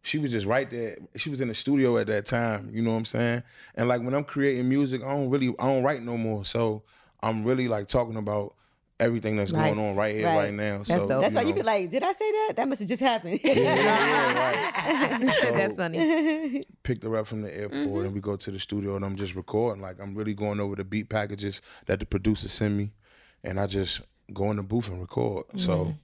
E: she was just right there. She was in the studio at that time. You know what I'm saying? And like when I'm creating music, I don't really, I don't write no more. So I'm really like talking about everything that's
B: Right.
E: going on right here,
F: Right.
E: right, now. so,
B: dope.
F: That's why you
E: know.
F: be like, did I say that? That must have just happened.
E: Yeah, yeah, yeah, right.
B: That's
E: So,
B: funny.
E: Picked her up from the airport,
B: Mm-hmm.
E: and we go to the studio, and I'm just recording. Like I'm really going over the beat packages that the producer sent me, and I just go in the booth and record. So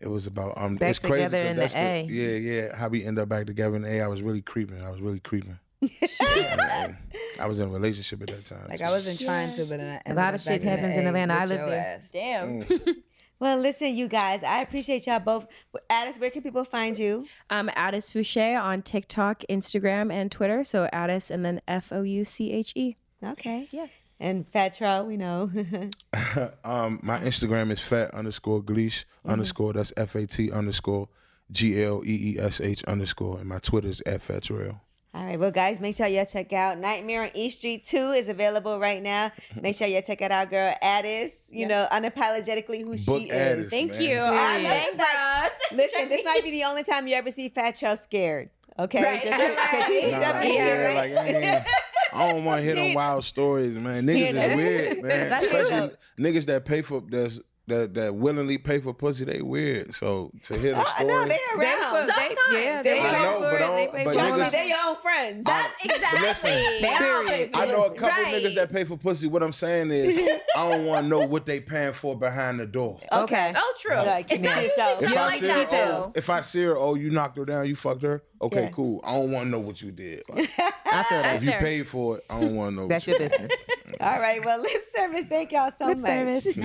E: it was about um.
B: Mm-hmm. Back
E: it's crazy
B: together
E: 'cause
B: in the
E: that's
B: A.
E: yeah, yeah. How we end up back together in the A. I was really creeping. I was really creeping. And I was in a relationship at that time.
C: Like I wasn't trying to, but then I ended
B: lot
C: up
B: of shit
C: back
B: happens
C: the
B: in
C: A
B: Atlanta. I
C: with
B: live
C: your
B: there. Mm.
C: ass.
D: Damn.
F: well, listen, you guys, I appreciate y'all both. Addis, where can people find you?
D: I'm Addis Um, Fouché on TikTok, Instagram, and Twitter. So Addis and then F O U C H E.
F: Okay. Yeah. And Fat Trout, we know.
E: um, my Instagram is fat underscore gleesh
B: Mm-hmm.
E: underscore. That's F A T underscore G L E E S H underscore. And my Twitter is at fat Terrell.
F: All right, well, guys, make sure y'all check out Nightmare on East Street 2 is available right now. Make sure y'all check out our girl Addis, you know, unapologetically who
E: Book
F: she
E: Addis,
F: is.
E: Thank man. you.
F: I
D: Period.
F: love
D: Thank
F: that. Listen, this might be the only time you ever see Fat Trail scared. Okay,
D: Right.
F: Just- 'cause he's
E: Nah,
F: definitely
E: yeah,
F: scared.
E: like, I, ain't- I don't want to hear them wild stories, man. Niggas is weird, man. Especially niggas that pay for that's that that willingly pay for pussy, they weird. So to hear the
F: Oh,
E: story,
F: no, they're around.
B: They- yeah, they
F: They
B: pay
E: know,
B: for
E: but
B: it,
E: I don't-
B: they pay
E: but
B: for it.
F: Trust me,
E: niggas-
F: they're your own friends.
E: Listen, I know a couple niggas that pay for pussy. What I'm saying is, I don't want to know what they paying for behind the door.
B: Okay.
D: Oh, true.
F: Like,
D: it's
F: keep it
D: not
F: to
D: usually
F: yourself.
D: something
E: If I,
D: like
E: see
D: that,
E: her, oh,
D: though.
E: if I see her, oh, you knocked her down, you fucked her. Okay,
F: Yeah.
E: cool. I don't want to know what you did. Like,
B: I feel that.
E: if you paid for it, I don't want to know.
B: That's
E: what
B: your
E: you
B: business.
F: All right, well, lip service, thank y'all so much.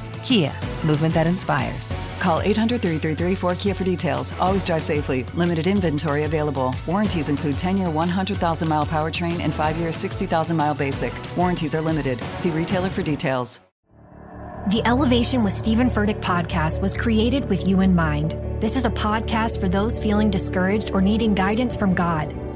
I: Kia, movement that inspires.
J: Call 800 333 4KIA for details. Always drive safely. Limited inventory available. Warranties include 10 year 100,000 mile powertrain and 5 year 60,000 mile basic. Warranties are limited. See retailer for details.
M: The Elevation with Stephen Furtick podcast was created with you in mind. This is a podcast for those feeling discouraged or needing guidance from God.